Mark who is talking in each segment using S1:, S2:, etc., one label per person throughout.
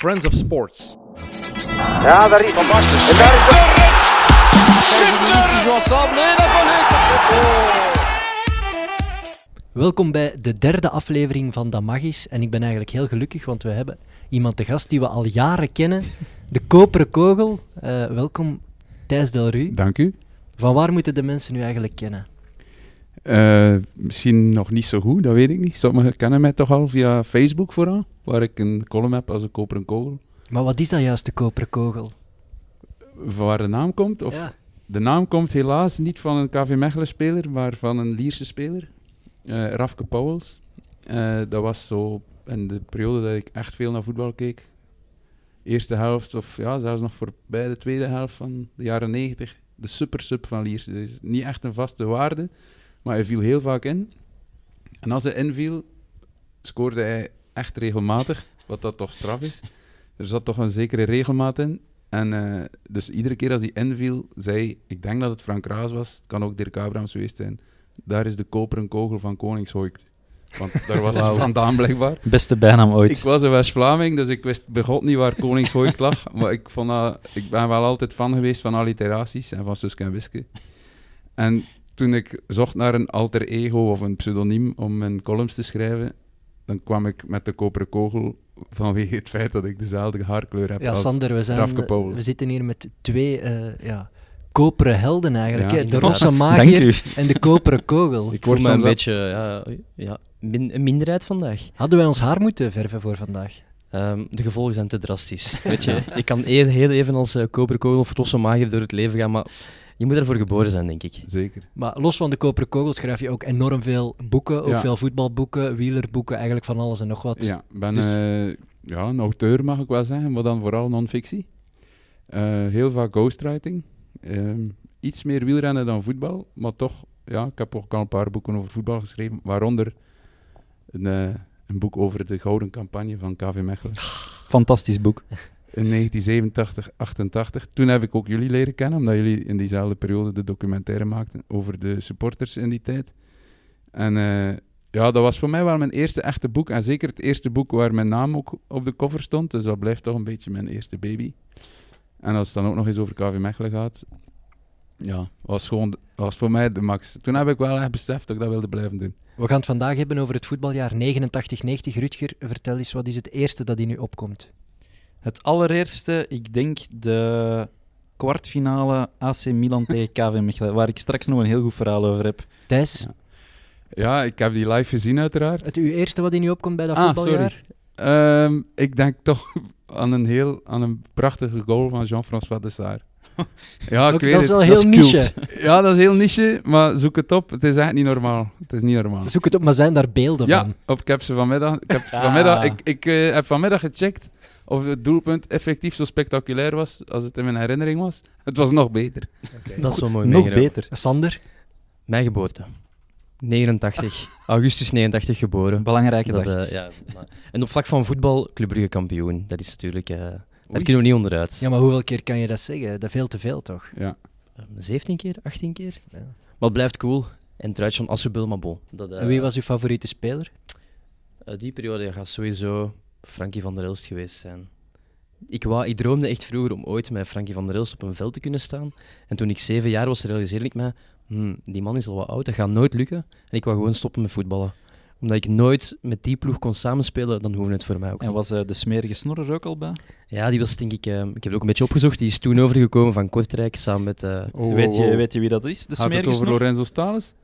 S1: Friends of Sports.
S2: Ja, daar is Van Basten. En daar is de...
S3: Welkom bij de derde aflevering van Dat Mag Is. En ik ben eigenlijk heel gelukkig, want we hebben iemand te gast die we al jaren kennen. De koperen kogel. Eh, welkom, Thijs Delru.
S4: Dank u.
S3: Van waar moeten de mensen nu eigenlijk kennen?
S4: Eh, misschien nog niet zo goed, dat weet ik niet. Sommigen kennen mij toch al via Facebook vooral, waar ik een column heb als een koperen kogel.
S3: Maar wat is dat juist, de koperen kogel?
S4: Van waar de naam komt? Of
S3: Ja.
S4: De naam komt helaas niet van een KV Mechelen speler, maar van een Lierse speler, eh, Rafke Pauwels. Eh, dat was zo in de periode dat ik echt veel naar voetbal keek. Eerste helft, of ja, zelfs nog voorbij de tweede helft van de jaren negentig. De super-sub van Lierse. Dus niet echt een vaste waarde, maar hij viel heel vaak in. En als hij inviel, scoorde hij echt regelmatig, wat dat toch straf is. Er zat toch een zekere regelmaat in. En eh, dus iedere keer als hij inviel, zei ik denk dat het Frank Raas was, het kan ook Dirk Abrams geweest zijn, daar is de koperen kogel van Koningshoek. Want daar was hij vandaan blijkbaar.
S5: Beste bijnaam
S4: Ik
S5: ooit.
S4: was een West-Vlaming, dus ik wist begot niet waar Koningshoek lag. maar ik, vond dat, ik ben wel altijd fan geweest van alliteraties en van Suske en Wiske. En toen ik zocht naar een alter ego of een pseudoniem om mijn columns te schrijven, dan kwam ik met de koperen kogel vanwege het feit dat ik dezelfde haarkleur heb
S3: Ja,
S4: als
S3: Sander, we, zijn,
S4: Rafke Pauwels.
S3: we zitten hier met twee eh, ja, koperen helden eigenlijk.
S4: Ja,
S3: hè. De
S4: inderdaad.
S3: rosse
S5: Dank
S3: magier
S5: u.
S3: en de koperen kogel.
S4: Ik
S5: Ik voel
S4: word
S5: me een
S4: soms
S5: beetje ja, ja, min- een minderheid vandaag.
S3: Hadden wij ons haar moeten verven voor vandaag?
S5: Ehm, de gevolgen zijn te drastisch. Weet je, ik kan heel, heel even als eh koperen kogel of rosse mager door het leven gaan, maar je moet daarvoor geboren zijn, denk ik.
S4: Zeker.
S3: Maar los van de koperen kogel schrijf je ook enorm veel boeken. Ook
S4: Ja.
S3: veel voetbalboeken, wielerboeken, eigenlijk van alles en nog wat.
S4: Ja, ik ben
S3: Dus-
S4: eh, ja, een auteur, mag ik wel zeggen, maar dan vooral non-fictie. Eh, heel vaak ghostwriting. Ehm, iets meer wielrennen dan voetbal, maar toch, ja, ik heb ook al een paar boeken over voetbal geschreven, waaronder een, eh, een boek over de gouden campagne van KV Mechelen
S5: Fantastisch boek.
S4: in 1987, 88. Toen heb ik ook jullie leren kennen, omdat jullie in diezelfde periode de documentaire maakten over de supporters in die tijd. En eh, ja, dat was voor mij wel mijn eerste echte boek. En zeker het eerste boek waar mijn naam ook op de cover stond. Dus dat blijft toch een beetje mijn eerste baby. En als het dan ook nog eens over KV Mechelen gaat, ja, was gewoon was voor mij de max. Toen heb ik wel echt beseft dat ik dat wilde blijven doen.
S3: We gaan het vandaag hebben over het voetbaljaar 89-90. Rutger, vertel eens, wat is het eerste dat in u opkomt?
S6: Het allereerste, ik denk de kwartfinale AC Milan tegen KV Mechelen, waar ik straks nog een heel goed verhaal over heb.
S3: Thijs,
S4: Ja. Ja, ik heb die live gezien uiteraard.
S3: het uw eerste wat in u opkomt bij dat
S4: Ah,
S3: voetbaljaar?
S4: Ehm, ik denk toch aan een heel aan een prachtige goal van Jean-François Dessart. Ja, Ah, ik
S3: Ook-
S4: weet
S3: dat is
S4: het.
S3: wel heel
S5: dat is
S3: niche.
S4: Ja, dat is heel niche, maar zoek het op. Het is echt niet normaal. Het is niet normaal.
S3: Zoek het op, maar zijn daar beelden
S4: Ja,
S3: van?
S4: op, ik heb ze vanmiddag. Ik heb,
S6: Ah.
S4: vanmiddag, ik, ik, eh, heb vanmiddag gecheckt of het doelpunt effectief zo spectaculair was als het in mijn herinnering was. Het was nog beter.
S5: Dat is wel mooi
S6: Nog
S5: meegenomen.
S6: beter.
S3: Sander,
S5: Mijn geboorte. 89. augustus 89 geboren.
S6: Een belangrijke dag.
S5: Dat, eh, ja, maar- En op vlak van voetbal, Club Brugge kampioen. Dat is natuurlijk... eh, daar kunnen we niet onderuit.
S3: ja, maar hoeveel keer kan je dat zeggen? Dat veel te veel, toch?
S4: Ja.
S5: Ehm, 17 keer, 18 keer.
S3: Ja.
S5: Maar het blijft cool. En het truitje van Asubel, maar bon. Dat, eh,
S3: En wie was uw favoriete speler?
S5: Uit Eh, die periode ja, gaat sowieso Frankie van der Elst geweest zijn. Ik, wou, ik droomde echt vroeger om ooit met Frankie van der Elst op een veld te kunnen staan. En toen ik zeven jaar was, realiseerde ik me... "Hmm, die man is al wat oud, dat gaat nooit lukken. En ik wou gewoon stoppen met voetballen. Omdat ik nooit met die ploeg kon samenspelen, dan hoefde het voor mij ook
S6: En
S5: niet.
S6: was eh, de smerige snor er ook al bij?
S5: Ja, die was denk ik... eh, ik heb het ook een beetje opgezocht. Die is toen overgekomen van Kortrijk samen met... eh,
S6: weet,
S3: Oh,
S6: je, weet je wie dat is? De
S4: Oh, Gaat het
S6: smerige
S4: over
S6: snor?
S4: Lorenzo Stalis?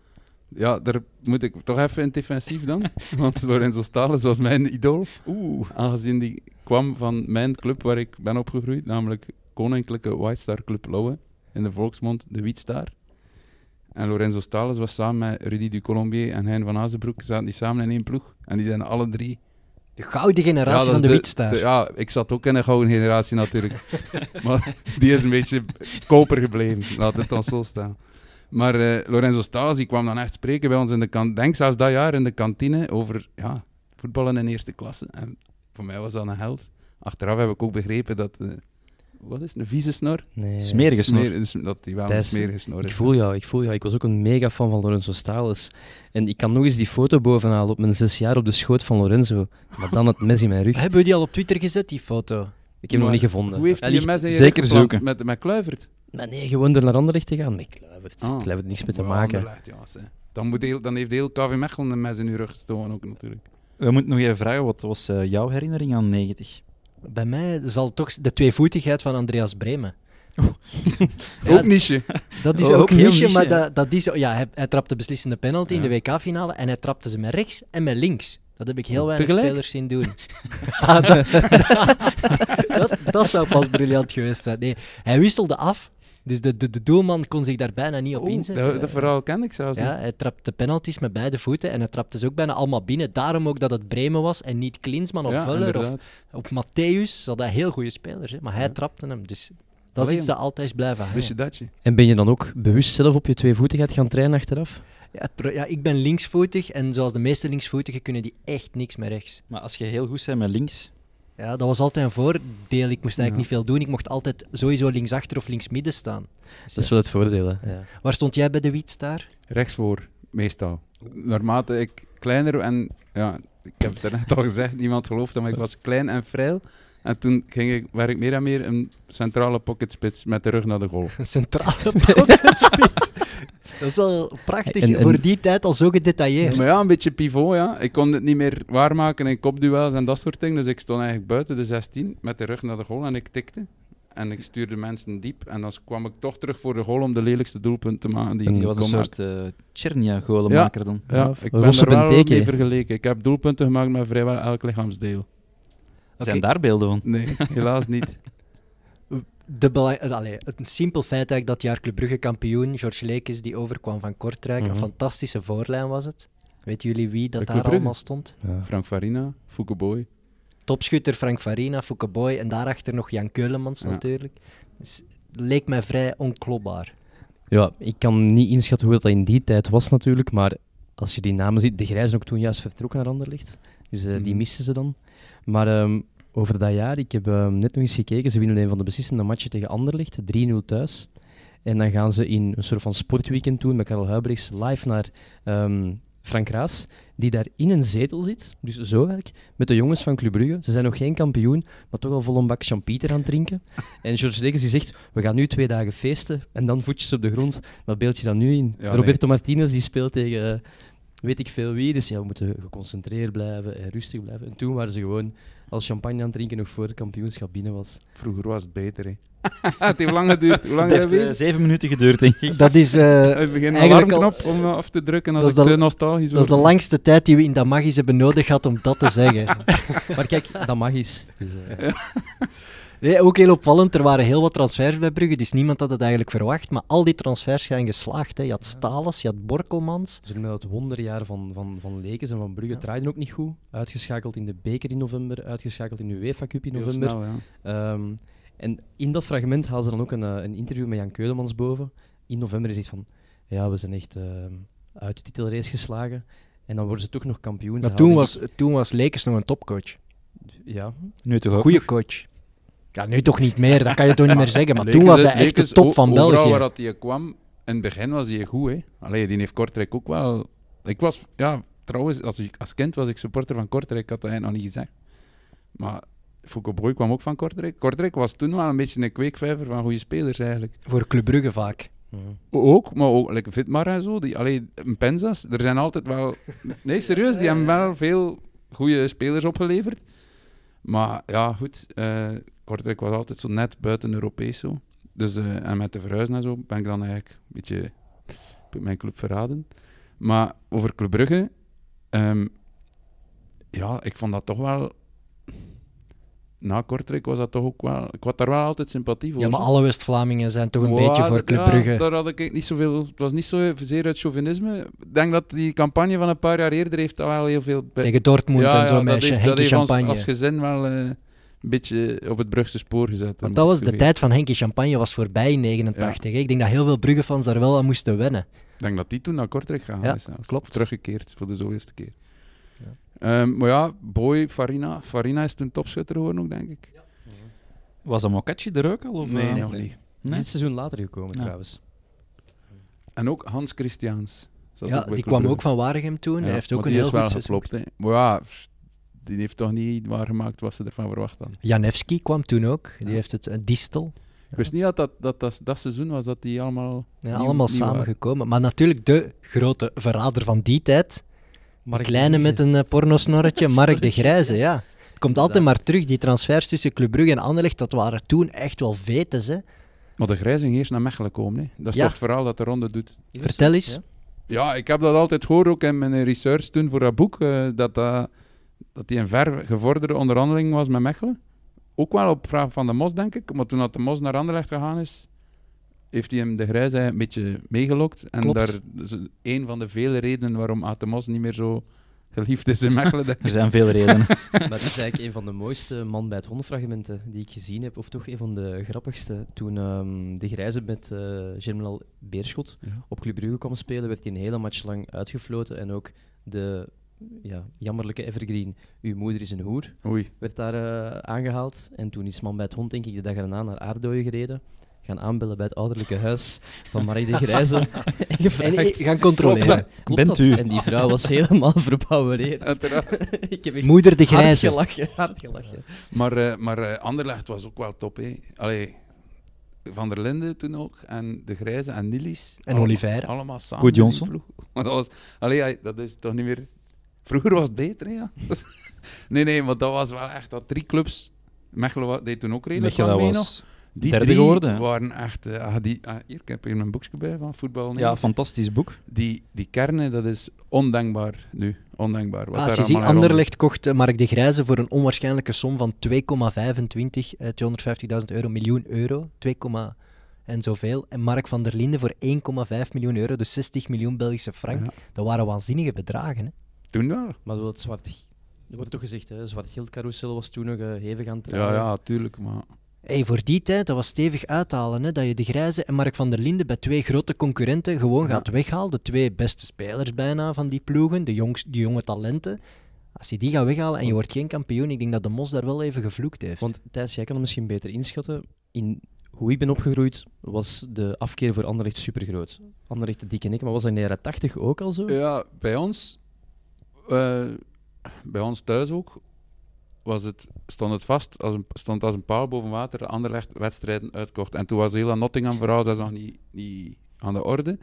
S4: Ja, daar moet ik toch even in het defensief dan. Want Lorenzo Stalis was mijn idool. Oeh. Aangezien die kwam van mijn club waar ik ben opgegroeid, namelijk Koninklijke White Star Club Lauwe. In de volksmond de Wietstaar. En Lorenzo Stalis was samen met Rudy du Colombier en Hein van Azenbroek. Zaten die samen in één ploeg. En die zijn alle drie...
S3: De gouden generatie
S4: dat
S3: van
S4: is
S3: de, Wietstaar.
S4: de- Ja, ik zat ook in een gouden generatie natuurlijk. maar die is een beetje koper gebleven, laat het dan zo staan. Maar eh, Lorenzo Staes, die kwam dan echt spreken bij ons in de kantine. Denk zelfs dat jaar in de kantine over ja, voetballen in eerste klasse. En voor mij was dat een held. Achteraf heb ik ook begrepen dat eh, wat is het, een vieze snor?
S5: Nee.
S6: Eh, Smerige snor.
S4: Smeer- een- dat die wel een
S5: Thijs,
S4: smerige snor
S5: Ik
S4: is.
S5: voel jou, ik voel jou. Ik was ook een mega fan van Lorenzo Stalis. En ik kan nog eens die foto bovenhalen op mijn zes jaar op de schoot van Lorenzo. Maar dan het mes in mijn rug.
S3: Hebben we die al op Twitter gezet, die foto?
S5: Ik heb hem nog niet gevonden.
S4: Hoe heeft
S5: Hij
S4: die een
S5: ligt-
S4: mes in je
S6: zeker
S4: rug geplant?
S6: zoeken.
S4: Met, met Kluivert?
S5: Maar nee, gewoon er naar Anderlecht te gaan. Nee, Kluivert.
S4: Ah.
S5: Kluivert niks mee te
S4: Ja,
S5: maken.
S4: Anderlecht, ja, zeg. dan, moet heel, dan heeft heel KV Mechelen een mes in uw rug gestoken ook natuurlijk.
S6: We moeten nog even vragen, wat was eh, jouw herinnering aan 90?
S3: Bij mij zal toch de tweevoetigheid van Andreas Bremen. Ja,
S4: ook niche.
S3: Dat is
S6: Oh,
S3: ook,
S6: ook heel
S3: niche,
S6: niche,
S3: maar
S6: ja.
S3: dat, dat is, ja, hij, hij trapte beslissende penalty in
S4: Ja.
S3: de WK-finale en hij trapte ze met rechts en met links. Dat heb ik heel weinig
S4: Tegelijk?
S3: spelers zien doen. Ah, dat, dat, dat zou pas briljant geweest zijn. Nee, hij wisselde af, dus de, de, de doelman kon zich daar bijna niet op
S4: Oeh,
S3: inzetten.
S4: dat, dat verhaal ken ik zelfs
S3: ja,
S4: niet.
S3: hij trapte penalties met beide voeten en hij trapte ze ook bijna allemaal binnen. Daarom ook dat het Bremen was en niet Klinsman of
S4: Ja,
S3: Vuller of,
S4: inderdaad.
S3: of Matthäus. Ze hadden heel goede spelers, hè, maar hij trapte hem. Dus dat is
S4: Alleen.
S3: iets dat altijd is blijven hangen.
S4: Wist je dat je?
S5: En ben je dan ook bewust zelf op je twee voeten gaat gaan trainen achteraf?
S3: Ja, het pro- ja, ik ben linksvoetig en zoals de meeste linksvoetigen kunnen die echt niks met rechts.
S6: Maar als je heel goed bent met links,
S3: Ja, dat was altijd een voordeel. Ik moest eigenlijk
S4: Ja.
S3: niet veel doen. Ik mocht altijd sowieso linksachter of linksmidden staan. Dus,
S5: Dat is wel het voordeel, hè. Ja.
S3: Waar stond jij bij de wiet daar?
S4: Rechtsvoor, meestal. Naarmate ik kleiner en ja, ik heb het daarnet al gezegd, niemand gelooft dat, maar ik was klein en frail. En toen ging ik, werd ik meer en meer een centrale pocketspits met de rug naar de goal.
S3: Een centrale pocketspits. dat is wel prachtig.
S5: En- en-
S3: Voor die tijd al zo gedetailleerd.
S4: Maar ja, een beetje pivot, ja. Ik kon het niet meer waarmaken in kopduels en dat soort dingen. Dus ik stond eigenlijk buiten de 16 met de rug naar de goal en ik tikte. En ik stuurde mensen diep. En dan kwam ik toch terug voor de goal om de lelijkste doelpunt te maken die
S5: En
S4: ik
S6: je
S4: kon
S6: was een
S4: maken.
S6: soort eh Tjernia-golenmaker dan.
S4: Ja,
S5: of
S4: ik ben
S5: Rosse
S4: er wel
S5: Benteke.
S4: mee vergeleken. Ik heb doelpunten gemaakt met vrijwel elk lichaamsdeel.
S6: Zijn daar beelden van?
S4: Nee, helaas niet.
S3: De belang- eh, allee, het simpel feit eigenlijk dat jaar Club Brugge kampioen, George Leekes, die overkwam van Kortrijk.
S5: Mhm.
S3: Een fantastische voorlijn was het. Weten jullie wie dat
S4: Bij Club
S3: daar
S4: Brugge?
S3: allemaal stond?
S4: Frank Farina, Fouke Boy.
S3: topschutter Frank Farina, Fouke Boy en daarachter nog Jan Keulemans
S4: Ja.
S3: natuurlijk. Dus, het leek mij vrij onklopbaar.
S5: Ja, ik kan niet inschatten hoe dat in die tijd was natuurlijk, maar als je die namen ziet, de Grijzen ook toen juist vertrokken naar Anderlecht, dus eh, die
S4: Mhm.
S5: missen ze dan. Maar ehm, over dat jaar, ik heb ehm, net nog eens gekeken, ze winnen een van de beslissende matchen tegen Anderlecht, 3-0 thuis. En dan gaan ze in een soort van sportweekend doen met Karel Huibrechts live naar ehm, Frank Raas, die daar in een zetel zit, dus zo werk, met de jongens van Club Brugge. Ze zijn nog geen kampioen, maar toch al vol een bak champieter aan het drinken. En George Lekes die zegt, we gaan nu twee dagen feesten en dan voetjes op de grond. Wat beeld je dan nu in?
S4: Ja,
S5: Roberto Martinez die speelt tegen eh, weet ik veel wie, dus ja, we moeten geconcentreerd blijven en rustig blijven. En toen waren ze gewoon als champagne aan het drinken nog voor het kampioenschap binnen was.
S4: Vroeger was het beter, hè. het heeft lang geduurd. Hoe
S6: Het
S4: lang zijn
S6: heeft
S4: we
S6: eh,
S4: bezig?
S6: zeven minuten geduurd, denk ik.
S3: Dat is, eh,
S4: Het begin een
S3: eigenlijk
S4: alarmknop om eh, af te drukken als
S3: Dat is
S4: ik
S3: de-
S4: te nostalgisch
S3: dat is de
S4: word.
S3: langste tijd die we in dat magisch hebben nodig gehad om dat te zeggen.
S5: Maar kijk, dat mag eens. Dus, eh,
S3: Nee, ook heel opvallend, er waren heel wat transfers bij Brugge, dus niemand had het eigenlijk verwacht. Maar al die transfers zijn geslaagd. Hè. Je had Stalas, je had Borkelmans.
S5: Ze noemen dat het wonderjaar van, van, van Lekes en van Brugge. Het draaide ook niet goed. Uitgeschakeld in de beker in november, uitgeschakeld in de UEFA Cup in
S4: Heel
S5: november.
S4: snel, ja.
S5: Ehm, en in dat fragment haalden ze dan ook een, eh, een interview met Jan Keulemans boven. In november is iets van, ja, we zijn echt ehm, uit de titelrace geslagen. En dan worden ze toch nog kampioen. Ze
S3: Maar toen
S5: halen
S3: was, toen was Lekers nog een topcoach.
S5: die- Ja,
S6: Nu toch ook.
S3: Goeie coach. Ja, nu toch niet meer, dat kan je toch niet meer zeggen. Maar toen was
S4: Lekes-
S3: hij echt de
S4: Lekes,
S3: top van
S4: o- Overal
S3: België.
S4: waar dat hij kwam, in het begin was hij goed, hè. Allee, die heeft Kortrijk ook wel... Ik was... Ja, trouwens, als, ik- als kind was ik supporter van Kortrijk. Ik had dat eigenlijk nog niet gezegd. Maar Foucault Broei kwam ook van Kortrijk. Kortrijk was toen wel een beetje een kweekvijver van goede spelers, eigenlijk.
S3: Voor Club Brugge vaak.
S5: Mhm.
S4: Ook, maar ook like Vitmar en zo. Die, allee, een Penzas, er zijn altijd wel... Nee, serieus, die hebben wel veel goede spelers opgeleverd. Maar ja, goed, eh, Kortrijk was altijd zo net buiten Europees zo. Dus, eh, en met de verhuizen en zo ben ik dan eigenlijk een beetje heb ik mijn club verraden. Maar over Club Brugge, ehm, ja, ik vond dat toch wel... Na Kortrijk was dat toch ook wel... Ik had daar wel altijd sympathie voor.
S3: Ja, maar
S4: zo.
S3: alle West-Vlamingen zijn toch een
S4: Ja,
S3: beetje voor
S4: dat-
S3: Club
S4: ja,
S3: Brugge.
S4: Daar had ik niet zoveel... Het was niet zo zeer uit chauvinisme. Ik denk dat die campagne van een paar jaar eerder heeft daar wel heel veel... bij-
S3: Tegen Dortmund
S4: ja,
S3: en zo'n
S4: ja, dat
S3: meisje,
S4: heeft, dat
S3: Henkie
S4: heeft ons
S3: Champagne.
S4: als gezin wel eh, een beetje op het Brugse spoor gezet.
S3: Want dat was de
S4: Ik
S3: tijd van Henkie Champagne, was voorbij in 89. hè. Ik denk dat heel veel Bruggefans daar wel aan moesten wennen.
S4: denk dat die toen naar Kortrijk gegaan
S3: Ja,
S4: is. zelfs.
S3: klopt.
S4: Of teruggekeerd voor de zoveelste keer. Ehm, maar ja, Boy, Farina. Farina is toen topschutter geworden ook, denk ik.
S6: Was dat Mokatje er ook al? Of
S4: Nee,
S6: eh?
S4: nog niet.
S6: Nee?
S5: Dit seizoen later gekomen
S6: Ja.
S5: trouwens.
S4: En ook Hans Christiaans. zat
S3: Ja,
S4: ook
S3: die
S4: bij Club
S3: kwam
S4: Brugge.
S3: ook van Waregem toen.
S4: Ja,
S3: Hij heeft ook
S4: maar
S3: een
S4: die
S3: heel
S4: is wel
S3: goed seizoen.
S4: geflopt, hè. Maar ja, pff, die heeft toch niet waargemaakt wat ze ervan verwacht hadden.
S3: Janewski kwam toen ook. Die
S4: Ja.
S3: heeft het, eh, Distel.
S4: Ik wist niet dat dat, dat, dat dat seizoen was dat die allemaal...
S3: Ja,
S4: Nieuw-
S3: allemaal
S4: nieuw
S3: samengekomen. Maar natuurlijk de grote verrader van die tijd.
S5: Maar
S3: Kleine met een eh, pornosnorretje, Mark de Grijze, ja. Komt altijd maar terug, die transfers tussen Club Brugge en Anderlecht, dat waren toen echt wel vetes, hè.
S4: Maar de grijzing eerst naar Mechelen komen, hè. Dat is
S3: Ja.
S4: toch het verhaal dat de ronde doet.
S3: Vertel eens.
S4: Ja, ik heb dat altijd gehoord, ook in mijn research toen voor dat boek, eh, dat, dat, dat die een ver gevorderde onderhandeling was met Mechelen. Ook wel op vraag van de Mos, denk ik. Maar toen dat de Mos naar Anderlecht gegaan is, heeft hij hem de grijze een beetje meegelokt. En
S3: Klopt.
S4: daar dat is een van de vele redenen waarom Aad de Mos niet meer zo geliefd is in Mechelen. denk ik.
S6: Er zijn veel redenen.
S5: Maar dat is eigenlijk een van de mooiste man bij het hondenfragmenten die ik gezien heb. Of toch een van de grappigste. Toen ehm, de Grijze met eh Germinal Beerschot
S4: Ja.
S5: op Club Brugge kwam spelen, werd hij een hele match lang uitgefloten. En ook de ja, jammerlijke evergreen Uw moeder is een hoer
S4: Oei.
S5: werd daar eh, aangehaald. En toen is man bij het hond, denk ik, de dag erna naar Aardooien gereden. Gaan aanbellen bij het ouderlijke huis van Marie de Grijze. en
S3: En eh,
S5: gevraagd,
S3: gaan controleren.
S5: klopt
S6: Bent
S5: dat?
S6: u?
S5: En die vrouw was helemaal verbouwereerd.
S4: Uiteraard.
S5: ik heb echt
S3: Moeder de
S5: hard
S3: Grijze.
S5: gelachen, hard gelachen.
S4: Maar, eh, maar eh, Anderlecht was ook wel top, hè. Allee, Van der Linden toen ook, en de Grijze en Nilis.
S3: En
S4: Allemaal-
S3: Oliveira.
S4: Allemaal samen.
S6: Goed
S4: in die
S6: Johnson.
S4: ploeg. Maar dat was... Allee, ja, dat is toch niet meer... Vroeger was het beter, hè, ja. nee, nee, maar dat was wel echt... Dat drie clubs... Mechelen wa- deed toen ook redelijk
S6: Mechelen
S4: wat mee nog.
S6: was
S4: Die
S6: derde
S4: drie
S6: geworden, hè.
S4: waren echt... eh, ah, die, ah, hier, ik heb hier mijn boekje bij van voetbal. nee.
S6: ja, fantastisch boek.
S4: die, die kernen, dat is ondenkbaar nu. Ondenkbaar. Wat
S3: Ah,
S4: daar
S3: als je ziet,
S4: allemaal in rond-
S3: Anderlecht kocht eh, Mark de Grijze voor een onwaarschijnlijke som van 2,25, eh, 250.000 euro, miljoen euro, 2, komma en zoveel. En Mark van der Linden voor 1,5 miljoen euro, dus 60 miljoen Belgische frank.
S4: Ja.
S3: Dat waren waanzinnige bedragen. Hè.
S4: Toen wel.
S5: Maar wel het zwart... Er wordt toch gezegd, hè, zwart geld carousel was toen nog eh, hevig aan het
S4: Ja,
S5: draaien.
S4: ja, tuurlijk, maar...
S3: Hey, voor die tijd, dat was stevig uithalen, hè, dat je de Grijze en Mark van der Linden bij twee grote concurrenten gewoon gaat weghalen. De twee beste spelers bijna van die ploegen, de, jongs, die jonge talenten. Als je die gaat weghalen en je wordt geen kampioen, ik denk dat de Mos daar wel even gevloekt heeft.
S5: Want Thijs, jij kan het misschien beter inschatten. In hoe ik ben opgegroeid, was de afkeer voor Anderlecht supergroot. Anderlecht, de dikke nek, maar was dat in de jaren 80 ook al zo?
S4: Ja, bij ons, eh, bij ons thuis ook, was het, stond het vast, als een, stond als een paal boven water, Anderlecht wedstrijden uitkocht. En toen was heel aan Nottingham verhaal, dat is nog niet, niet aan de orde.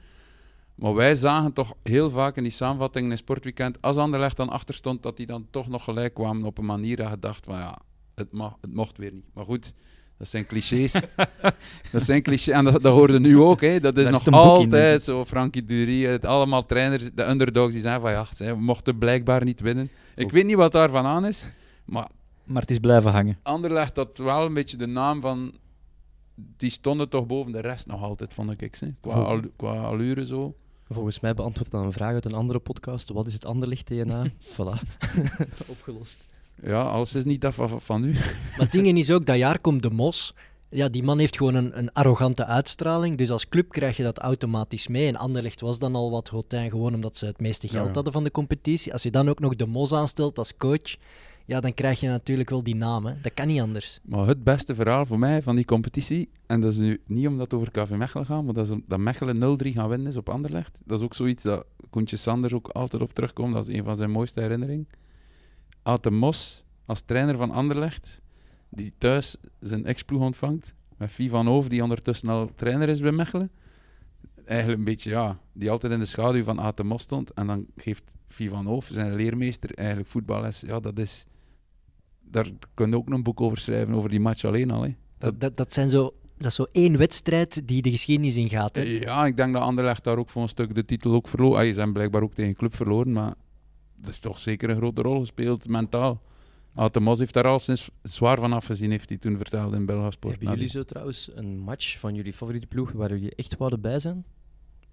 S4: Maar wij zagen toch heel vaak in die samenvattingen in Sportweekend, als Anderlecht dan achter stond, dat die dan toch nog gelijk kwamen op een manier dat je dacht van ja, het, mag, het mocht weer niet. Maar goed, dat zijn clichés. dat zijn clichés, en dat, dat hoorde nu ook. Hè. Dat is
S6: Daar
S4: nog
S6: zit een boek in, denk
S4: altijd zo, Frankie Dury, het allemaal trainers, de underdogs die zijn van ja, ze mochten blijkbaar niet winnen. Ik
S6: Oh.
S4: weet niet wat daarvan aan is, maar
S6: Maar het is blijven hangen.
S4: Anderlecht had wel een beetje de naam van... Die stonden toch boven de rest nog altijd, vond ik. Hè? Qua,
S5: Vol-
S4: allu- qua allure zo.
S5: Volgens mij beantwoord aan een vraag uit een andere podcast. Wat is het Anderlecht-DNA? voilà. Opgelost.
S4: Ja, alles is niet dat van, van u.
S3: Maar het ding is ook, dat jaar komt de mos. Ja, die man heeft gewoon een, een arrogante uitstraling. Dus als club krijg je dat automatisch mee. En Anderlecht was dan al wat hotijn, gewoon omdat ze het meeste geld
S4: Ja, ja.
S3: hadden van de competitie. Als je dan ook nog de mos aanstelt als coach, ja, dan krijg je natuurlijk wel die naam. Hè. Dat kan niet anders.
S4: Maar het beste verhaal voor mij van die competitie, en dat is nu niet omdat het over KV Mechelen gaat, maar dat, is om- dat Mechelen 0-3 gaan winnen is op Anderlecht. Dat is ook zoiets dat Koentje Sanders ook altijd op terugkomt. Dat is een van zijn mooiste herinneringen. Aad de Mos, als trainer van Anderlecht, die thuis zijn ex-ploeg ontvangt, met Fie van Hoof, die ondertussen al trainer is bij Mechelen. Eigenlijk een beetje, ja, die altijd in de schaduw van Aad de Mos stond. En dan geeft Fie van Hoof, zijn leermeester, eigenlijk voetballes. Ja, dat is daar kun je ook nog een boek over schrijven, over die match alleen al. Hè.
S3: Dat, dat, dat, zijn zo, dat is zo één wedstrijd die de geschiedenis ingaat.
S5: Eh,
S3: hè.
S4: Ja, ik denk dat Anderlecht daar ook voor een stuk de titel ook verloren. Ah, ze zijn blijkbaar ook tegen een club verloren, maar dat is toch zeker een grote rol gespeeld, mentaal. Aad de Mos heeft daar al sinds zwaar van afgezien, heeft hij toen verteld in Belga Sport.
S5: Hebben jullie zo trouwens een match van jullie favoriete ploeg waar jullie echt wouden bij zijn?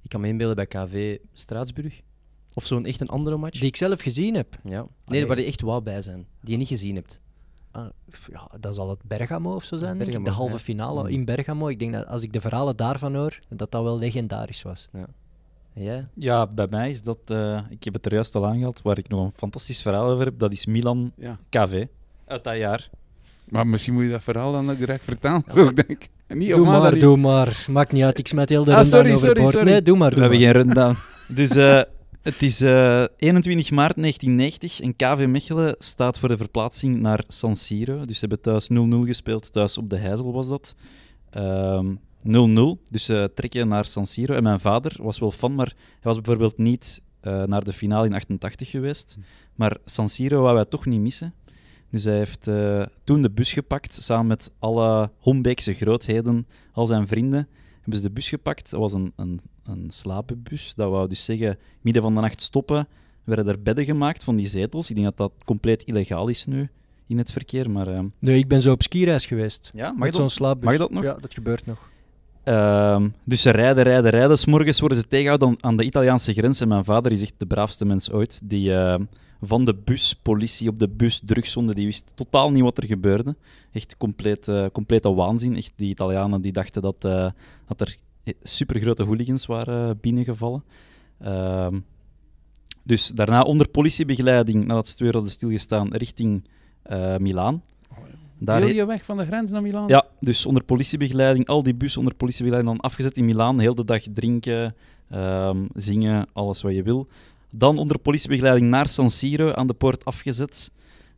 S5: Ik kan me inbeelden bij KV Straatsburg. Of zo'n echt een andere match?
S3: Die ik zelf gezien heb.
S4: Ah,
S5: Ja. Nee,
S3: Allee.
S5: waar je echt wou bij zijn. Die je niet gezien hebt.
S3: Ah, f- ja, dat zal het Bergamo of zo zijn, denk ik.
S5: Bergamo,
S3: De halve
S5: ja.
S3: finale
S5: Mm.
S3: in Bergamo. Ik denk dat als ik de verhalen daarvan hoor, dat dat wel legendarisch was.
S5: En jij?
S6: Ja, bij mij is dat... eh, ik heb het er juist al aangehaald, waar ik nog een fantastisch verhaal over heb. Dat is Milan
S4: Ja,
S6: KV. Uit dat jaar.
S4: Maar misschien moet je dat verhaal dan ook direct vertalen, zo ik denk. En niet
S3: doe
S4: op maandag
S3: maar,
S4: die-
S3: doe maar. Maakt niet uit, ik smijt heel de
S4: Ah,
S3: rundown
S4: sorry, sorry,
S3: overboord.
S4: sorry.
S3: Nee, doe maar.
S6: We
S3: Doe
S6: hebben
S3: maar.
S6: geen rundown. Dus eh, het is eh, 21 maart 1990 en KV Mechelen staat voor de verplaatsing naar San Siro. Dus ze hebben thuis 0-0 gespeeld, thuis op de Heizel was dat. Ehm, 0-0, dus ze trekken naar San Siro. En mijn vader was wel fan, maar hij was bijvoorbeeld niet eh, naar de finale in 88 geweest. Maar San Siro wou wij toch niet missen. Dus hij heeft eh, toen de bus gepakt, samen met alle Hombeekse grootheden, al zijn vrienden. Hebben ze de bus gepakt. Dat was een, een, een slapenbus. Dat wou dus zeggen, midden van de nacht stoppen. Werden er bedden gemaakt van die zetels. Ik denk dat dat compleet illegaal is nu in het verkeer. Maar ehm,
S3: Nee, ik ben zo op skireis geweest.
S6: ja, mag
S3: Met
S6: dat?
S3: zo'n slaapbus.
S6: mag dat nog?
S3: Ja, dat gebeurt nog.
S6: Ehm, dus ze rijden, rijden, rijden. S'morgens worden ze tegengehouden aan- aan de Italiaanse grens. En mijn vader is echt de braafste mens ooit. Die ehm, van de bus, politie op de bus, drugszonde, die wist totaal niet wat er gebeurde. Echt compleet, eh, complete waanzin. Echt die Italianen die dachten dat, eh, dat er supergrote hooligans waren eh, binnengevallen. Ehm, dus daarna onder politiebegeleiding, nadat ze twee uur hadden stilgestaan, richting eh Milaan. Daar
S4: Heel je weg van de grens naar Milaan?
S6: ja, dus onder politiebegeleiding, al die bussen onder politiebegeleiding dan afgezet in Milaan. Heel de dag drinken, ehm, zingen, alles wat je wil. Dan onder politiebegeleiding naar San Siro, aan de poort afgezet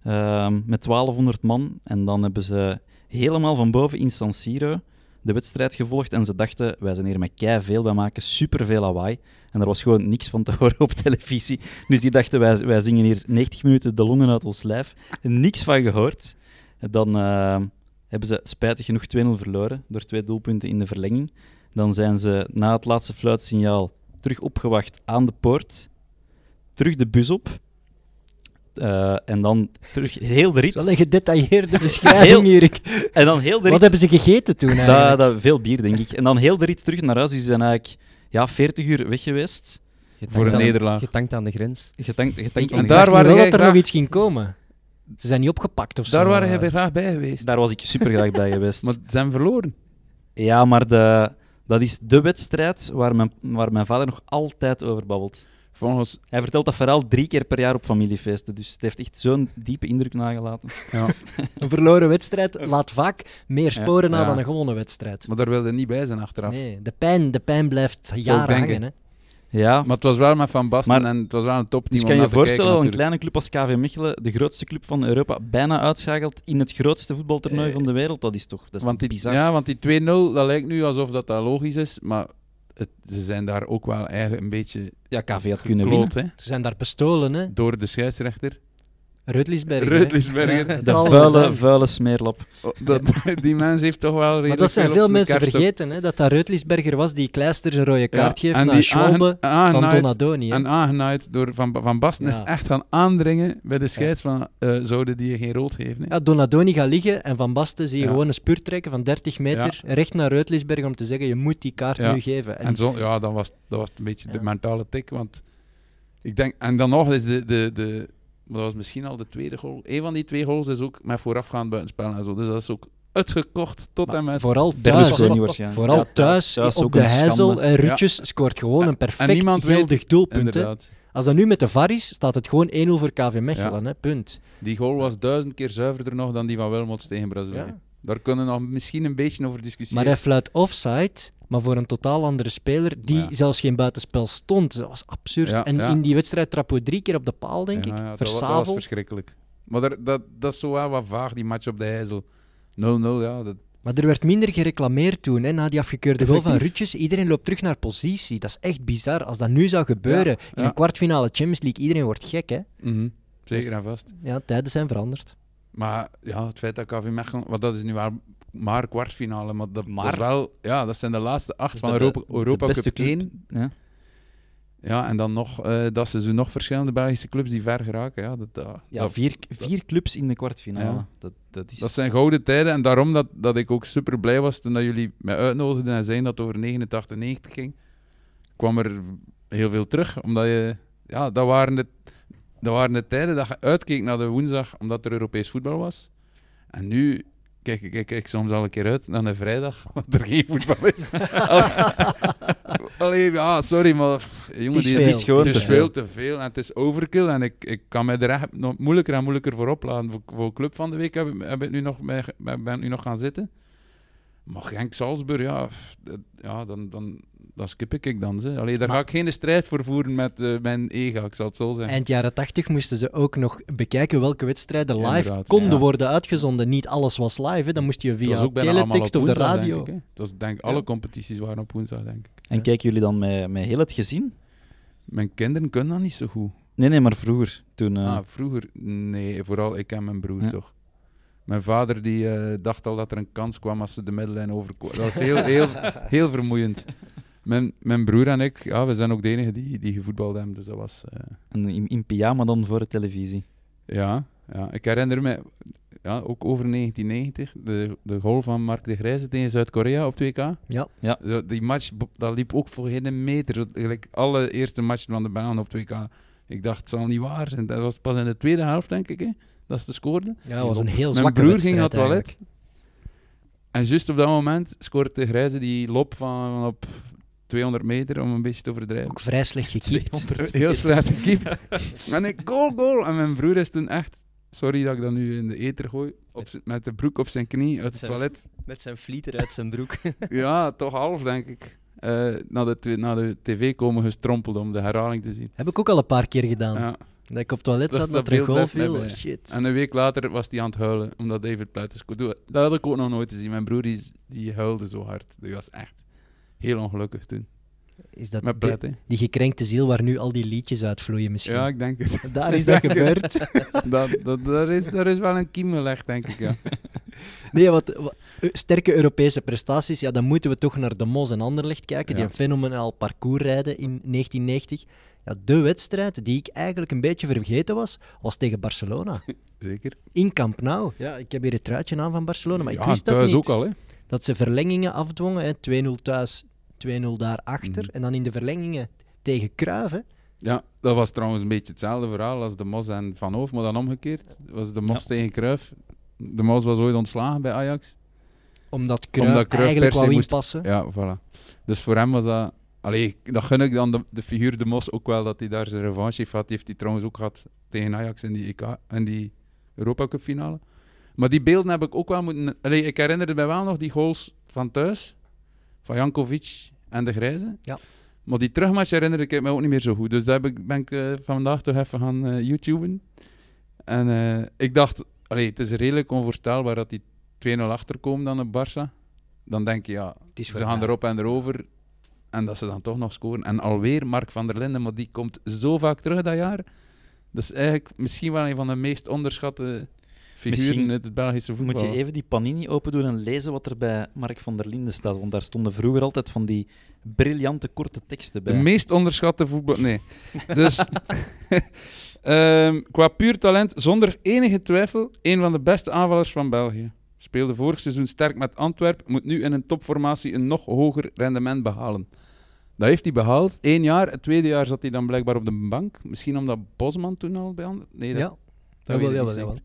S6: ehm, met 1200 man. En dan hebben ze helemaal van boven in San Siro de wedstrijd gevolgd. En ze dachten, wij zijn hier met kei veel, wij maken superveel lawaai. En er was gewoon niks van te horen op televisie. Dus die dachten, wij, wij zingen hier 90 minuten de longen uit ons lijf. Niks van gehoord. En Dan ehm, hebben ze spijtig genoeg 2-0 verloren door twee doelpunten in de verlenging. Dan zijn ze na het laatste fluitsignaal terug opgewacht aan de poort. Terug de bus op. Eh, en dan terug heel de
S3: Het is
S6: rit.
S3: wel een gedetailleerde
S6: Heel-
S3: beschrijving, Erik.
S6: En dan heel de rit.
S3: Wat hebben ze gegeten toen eigenlijk?
S6: Da, da- veel bier, denk ik. En dan heel de rit terug naar huis. Dus ze zijn eigenlijk ja, 40 uur weg geweest.
S5: Getankt
S4: Voor een
S5: aan-
S4: nederlaag.
S5: Getankt aan de grens.
S6: Getankt, getankt
S4: Ik-
S6: aan
S4: en
S6: de
S4: daar
S3: Daar
S4: waren
S3: waren
S4: jij
S3: dat er nog
S4: graag-
S3: iets ging komen. Ze zijn niet opgepakt of zo.
S4: Daar waren jij
S3: eh.
S4: bij graag bij geweest.
S6: Daar was ik super graag bij geweest.
S4: Maar ze zijn verloren.
S6: Ja, maar de, dat is de wedstrijd waar mijn, waar mijn vader nog altijd over babbelt.
S4: Volgens...
S6: Hij vertelt dat verhaal drie keer per jaar op familiefeesten. Dus het heeft echt zo'n diepe indruk nagelaten.
S4: Ja.
S3: Een verloren wedstrijd laat vaak meer sporen na
S4: Ja.
S3: dan een gewone wedstrijd.
S4: maar daar wilde niet bij zijn achteraf.
S3: Nee, de pijn, de pijn blijft jaren
S4: denken.
S3: hangen. Hè.
S6: Ja,
S4: Maar het was wel met Van Basten
S6: Maar-
S4: en het was wel een topteam
S6: dus
S4: om
S6: kan je
S4: naar
S6: je
S4: te kijken,
S6: voorstellen dat een
S4: natuurlijk.
S6: kleine club als KV Mechelen, de grootste club van Europa, bijna uitschakelt in het grootste voetbaltoernooi
S4: Eh,
S6: van de wereld? Dat is toch dat is
S4: Want
S6: toch
S4: die,
S6: bizar?
S4: Ja, want die 2-0, dat lijkt nu alsof dat, dat logisch is, maar het, ze zijn daar ook wel eigenlijk een beetje
S6: Ja, KV had kunnen winnen.
S4: kloot, hè?
S3: Ze zijn daar bestolen, hè?
S4: Door de scheidsrechter.
S3: Rutlisberg.
S4: Rutlisberger.
S6: De vuile, vuile smeerlap.
S4: Oh, dat, die mens heeft toch wel
S3: Maar
S4: redelijk
S3: dat zijn
S4: op
S3: veel
S4: zijn
S3: mensen
S4: kerst op-
S3: vergeten, hè, dat dat Rutlisberger was die Kleister zijn rode
S4: Ja,
S3: kaart geeft
S4: en
S3: naar
S4: die
S3: Schwalbe
S4: aange- aangenaaid-
S3: van Donadoni. hè.
S4: En aangenaaid door Van, Ba- van Basten is
S3: Ja.
S4: echt gaan aandringen bij de scheids van eh, zouden die je geen rood geven. hè?
S3: Ja, Donadoni gaat liggen en Van Basten zie je
S4: Ja.
S3: gewoon een spuur trekken van 30 meter recht naar Rutlisberger om te zeggen je moet die kaart
S4: Ja.
S3: nu geven. En,
S4: En zo, ja, dan was, dat was een beetje de
S3: Ja.
S4: mentale tik. Want ik denk, en dan nog is de, de, de. Dat was misschien al de tweede goal. Een van die twee goals is ook met voorafgaand buitenspel en zo. Dus dat is ook uitgekocht tot
S3: Maar
S4: en met.
S3: vooral
S6: Daar
S3: thuis,
S6: is gewoon
S3: hè.
S6: niet waarschijnlijk.
S3: vooral
S6: Ja,
S3: thuis,
S6: thuis ook
S3: op de
S6: een schande.
S3: Heizel en Rutjes scoort gewoon
S4: En-
S3: een
S4: en
S3: perfect
S4: niemand weet-
S3: geldig doelpunt. hè.
S4: Inderdaad.
S3: Als dat nu met de VAR is, staat het gewoon 1-0 voor KV Mechelen. Hè? Punt.
S4: Die goal was duizend keer zuiverder nog dan die van Wilmots tegen Brazilië.
S3: Ja.
S4: Daar kunnen we nog misschien een beetje over discussiëren.
S3: Maar hij fluit offside, maar voor een totaal andere speler die
S4: Ja.
S3: zelfs geen buitenspel stond. Dat was absurd.
S4: Ja,
S3: en
S4: ja.
S3: in die wedstrijd trappen we drie keer op de paal, denk
S4: Ja,
S3: ik.
S4: ja, dat, wa- dat was
S3: Versavel.
S4: verschrikkelijk. Maar daar- dat, dat is zo wel wat vaag, die match op de IJssel. 0-0, ja. Dat,
S3: Maar er werd minder gereclameerd toen, hè, na die afgekeurde goal van
S4: Effectief.
S3: Rutjes. Iedereen loopt terug naar positie. Dat is echt bizar. Als dat nu zou gebeuren in
S4: ja.
S3: een kwartfinale Champions League, iedereen wordt gek. Hè?
S4: mhm, zeker
S3: Dus-
S4: en vast.
S3: Ja, tijden zijn veranderd.
S4: Maar ja, het feit dat KV Mechelen... Want dat is nu maar, maar kwartfinale. Maar dat,
S6: Maar-
S4: dat is wel... Ja, dat zijn de laatste acht
S6: Dus
S4: van
S6: de-
S4: Europa,
S6: de
S4: Europa
S6: beste
S4: Cup 1.
S6: Ja.
S4: Ja, en dan nog eh, dat seizoen nog verschillende Belgische clubs die ver geraken. Ja, dat, dat,
S6: Ja,
S4: dat-
S6: vier, vier clubs in de kwartfinale.
S4: Ja.
S6: Dat, dat is...
S4: Dat zijn gouden tijden en daarom dat, dat ik ook super blij was toen dat jullie mij uitnodigden en zeiden dat het over 89, 90 ging. kwam er heel veel terug, omdat je... Ja, dat waren de, dat waren de tijden dat je uitkeek naar de woensdag, omdat er Europees voetbal was. En nu kijk, kijk, kijk soms al een keer uit naar een vrijdag, want er geen voetbal is. Allee, Allee, ja, sorry, maar pff, jongen,
S3: Het is
S4: die,
S3: veel.
S6: Het is gewoon
S4: het
S6: te
S4: is veel te veel en het is overkill. En ik, ik kan mij er echt nog moeilijker en moeilijker voor opladen. Voor, voor Club van de Week heb, ik- heb ik nu nog, mee- ben ik nu nog gaan zitten. Maar Genk-Salzburg, ja, f- dat- ja dan, dan, dan skip ik ik dan. Ze. Allee, daar ga ik geen strijd voor voeren met eh, mijn ega, ik zal het zo zeggen.
S3: Eind jaren 80 moesten ze ook nog bekijken welke wedstrijden live
S4: Inderdaad,
S3: konden
S4: ja.
S3: worden uitgezonden. Niet alles was live, hè. dan moest je
S4: Het was
S3: via
S4: ook bijna allemaal
S3: teletext
S4: op
S3: of de
S4: woensdag,
S3: radio.
S4: Denk ik, hè. Het was, denk, alle competities waren op woensdag, denk ik.
S6: En kijken jullie dan met, met heel het gezin?
S4: Mijn kinderen kunnen dat niet zo goed.
S6: Nee, nee, maar vroeger. Toen, eh,
S4: Ah, vroeger, nee, vooral ik en mijn broer
S6: Ja.
S4: toch. Mijn vader die eh, dacht al dat er een kans kwam als ze de middellijn overkwamen. Dat was heel, heel, heel vermoeiend. Mijn, mijn broer en ik, ja, we zijn ook de enigen die, die gevoetbald hebben. Dus dat was. eh,
S6: en in, in pyjama dan voor de televisie.
S4: ja, ja, ik herinner me ja, ook over 1990, de, de goal van Mark de Grijze tegen Zuid-Korea op 2K.
S3: Ja.
S6: Ja.
S4: Zo, Die match bo- dat liep ook voor geen meter. Zo, Gelijk alle eerste matchen van de baan op 2K. Ik dacht, het zal niet waar zijn. Dat was pas in de tweede helft, denk ik, hè, dat ze scoorden.
S3: Ja, dat was een heel
S4: Mijn
S3: zwakke
S4: broer
S3: wedstrijd
S4: ging naar het toilet.
S3: eigenlijk.
S4: En juist op dat moment scoort de Grijze die lop van, van op 200 meter, om een beetje te overdrijven.
S3: Ook vrij slecht gekiept.
S4: Heel slecht gekiept. en ik, goal, goal. En mijn broer is toen echt, sorry dat ik dat nu in de eter gooi, op z'n- met de broek op zijn knie uit het
S5: Zijn-
S4: toilet.
S5: Met zijn flieter uit zijn broek.
S4: Ja, toch half, denk ik. Eh, naar, de, tw- naar de tv komen gestrompeld om de herhaling te zien.
S3: Heb ik ook al een paar keer gedaan.
S4: Ja.
S3: Dat ik op het toilet
S4: Dat
S3: zat,
S4: is
S3: dat
S4: dat
S3: er een goal
S4: beeld dat we
S3: viel.
S4: hebben, ja.
S3: Shit.
S4: En een week later was hij aan het huilen, omdat David Platt is goed. Dat had ik ook nog nooit gezien. Mijn broer die, die huilde zo hard. Die was echt heel ongelukkig toen.
S3: Is dat
S4: Met
S3: de-
S4: Platt, hè.
S3: die gekrenkte ziel waar nu al die liedjes uitvloeien misschien?
S4: Ja, ik denk het.
S3: Daar is dat gebeurd.
S4: dat, dat, daar, is, daar is wel een kiem gelegd, denk ik. Ja.
S3: Nee, wat, wa- eh, sterke Europese prestaties, ja, dan moeten we toch naar De Mos en Anderlecht kijken, die
S4: Ja.
S3: een fenomenaal parcours rijden in 1990. Ja, de wedstrijd die ik eigenlijk een beetje vergeten was, was tegen Barcelona.
S4: Zeker.
S3: In Camp Nou. Ja, ik heb hier het truitje aan van Barcelona, maar ik
S4: ja,
S3: wist dat
S4: thuis
S3: niet.
S4: ook al, hè?
S3: Dat ze verlengingen afdwongen, hè, 2-0 thuis, 2-0 daarachter.
S4: Mhm.
S3: En dan in de verlengingen tegen Kruiven.
S4: Ja, dat was trouwens een beetje hetzelfde verhaal als de Mos en Van Hoof, maar dan omgekeerd. Het was de Mos tegen Cruijff. De Mos was ooit ontslagen bij Ajax.
S3: Omdat Kruif,
S4: Omdat Cruijff
S3: eigenlijk
S4: per se
S3: wou
S4: moest-
S3: inpassen.
S4: Ja, voilà. Dus voor hem was dat. Allee, dat gun ik dan de, de figuur De Mos ook wel dat hij daar zijn revanche heeft gehad. Die heeft hij trouwens ook gehad tegen Ajax in die, EK, in die Europa Cup finale. Maar die beelden heb ik ook wel moeten. Allee, ik herinnerde mij wel nog die goals van thuis, van Jankovic en de Grijze.
S3: Ja.
S4: Maar die terugmatch herinner ik me ook niet meer zo goed. Dus daar heb ik, ben ik eh, vandaag toch even gaan eh, YouTuben. En eh, ik dacht, allee, het is redelijk onvoorstelbaar dat die 2-0 achterkomen dan op Barça. Dan denk je, ja,
S3: Het is
S4: ze
S3: voorbij.
S4: gaan erop en erover. En dat ze dan toch nog scoren. En alweer Mark van der Linden, maar die komt zo vaak terug dat jaar. Dat is eigenlijk misschien wel een van de meest onderschatte figuren
S6: Misschien
S4: in het Belgische voetbal.
S6: Moet je even die panini open doen en lezen wat er bij Mark van der Linden staat. Want daar stonden vroeger altijd van die briljante korte teksten bij.
S4: De meest onderschatte voetbal. Nee. Dus ehm, qua puur talent, zonder enige twijfel, een van de beste aanvallers van België. Speelde vorig seizoen sterk met Antwerpen, moet nu in een topformatie een nog hoger rendement behalen. Dat heeft hij behaald. Eén jaar, het tweede jaar zat hij dan blijkbaar op de bank. Misschien omdat Bosman toen al bij Antwerpen. Nee, dat,
S3: Ja,
S4: dat
S3: jawel,
S4: weet ik
S3: jawel,
S4: niet
S3: jawel.
S4: zeker.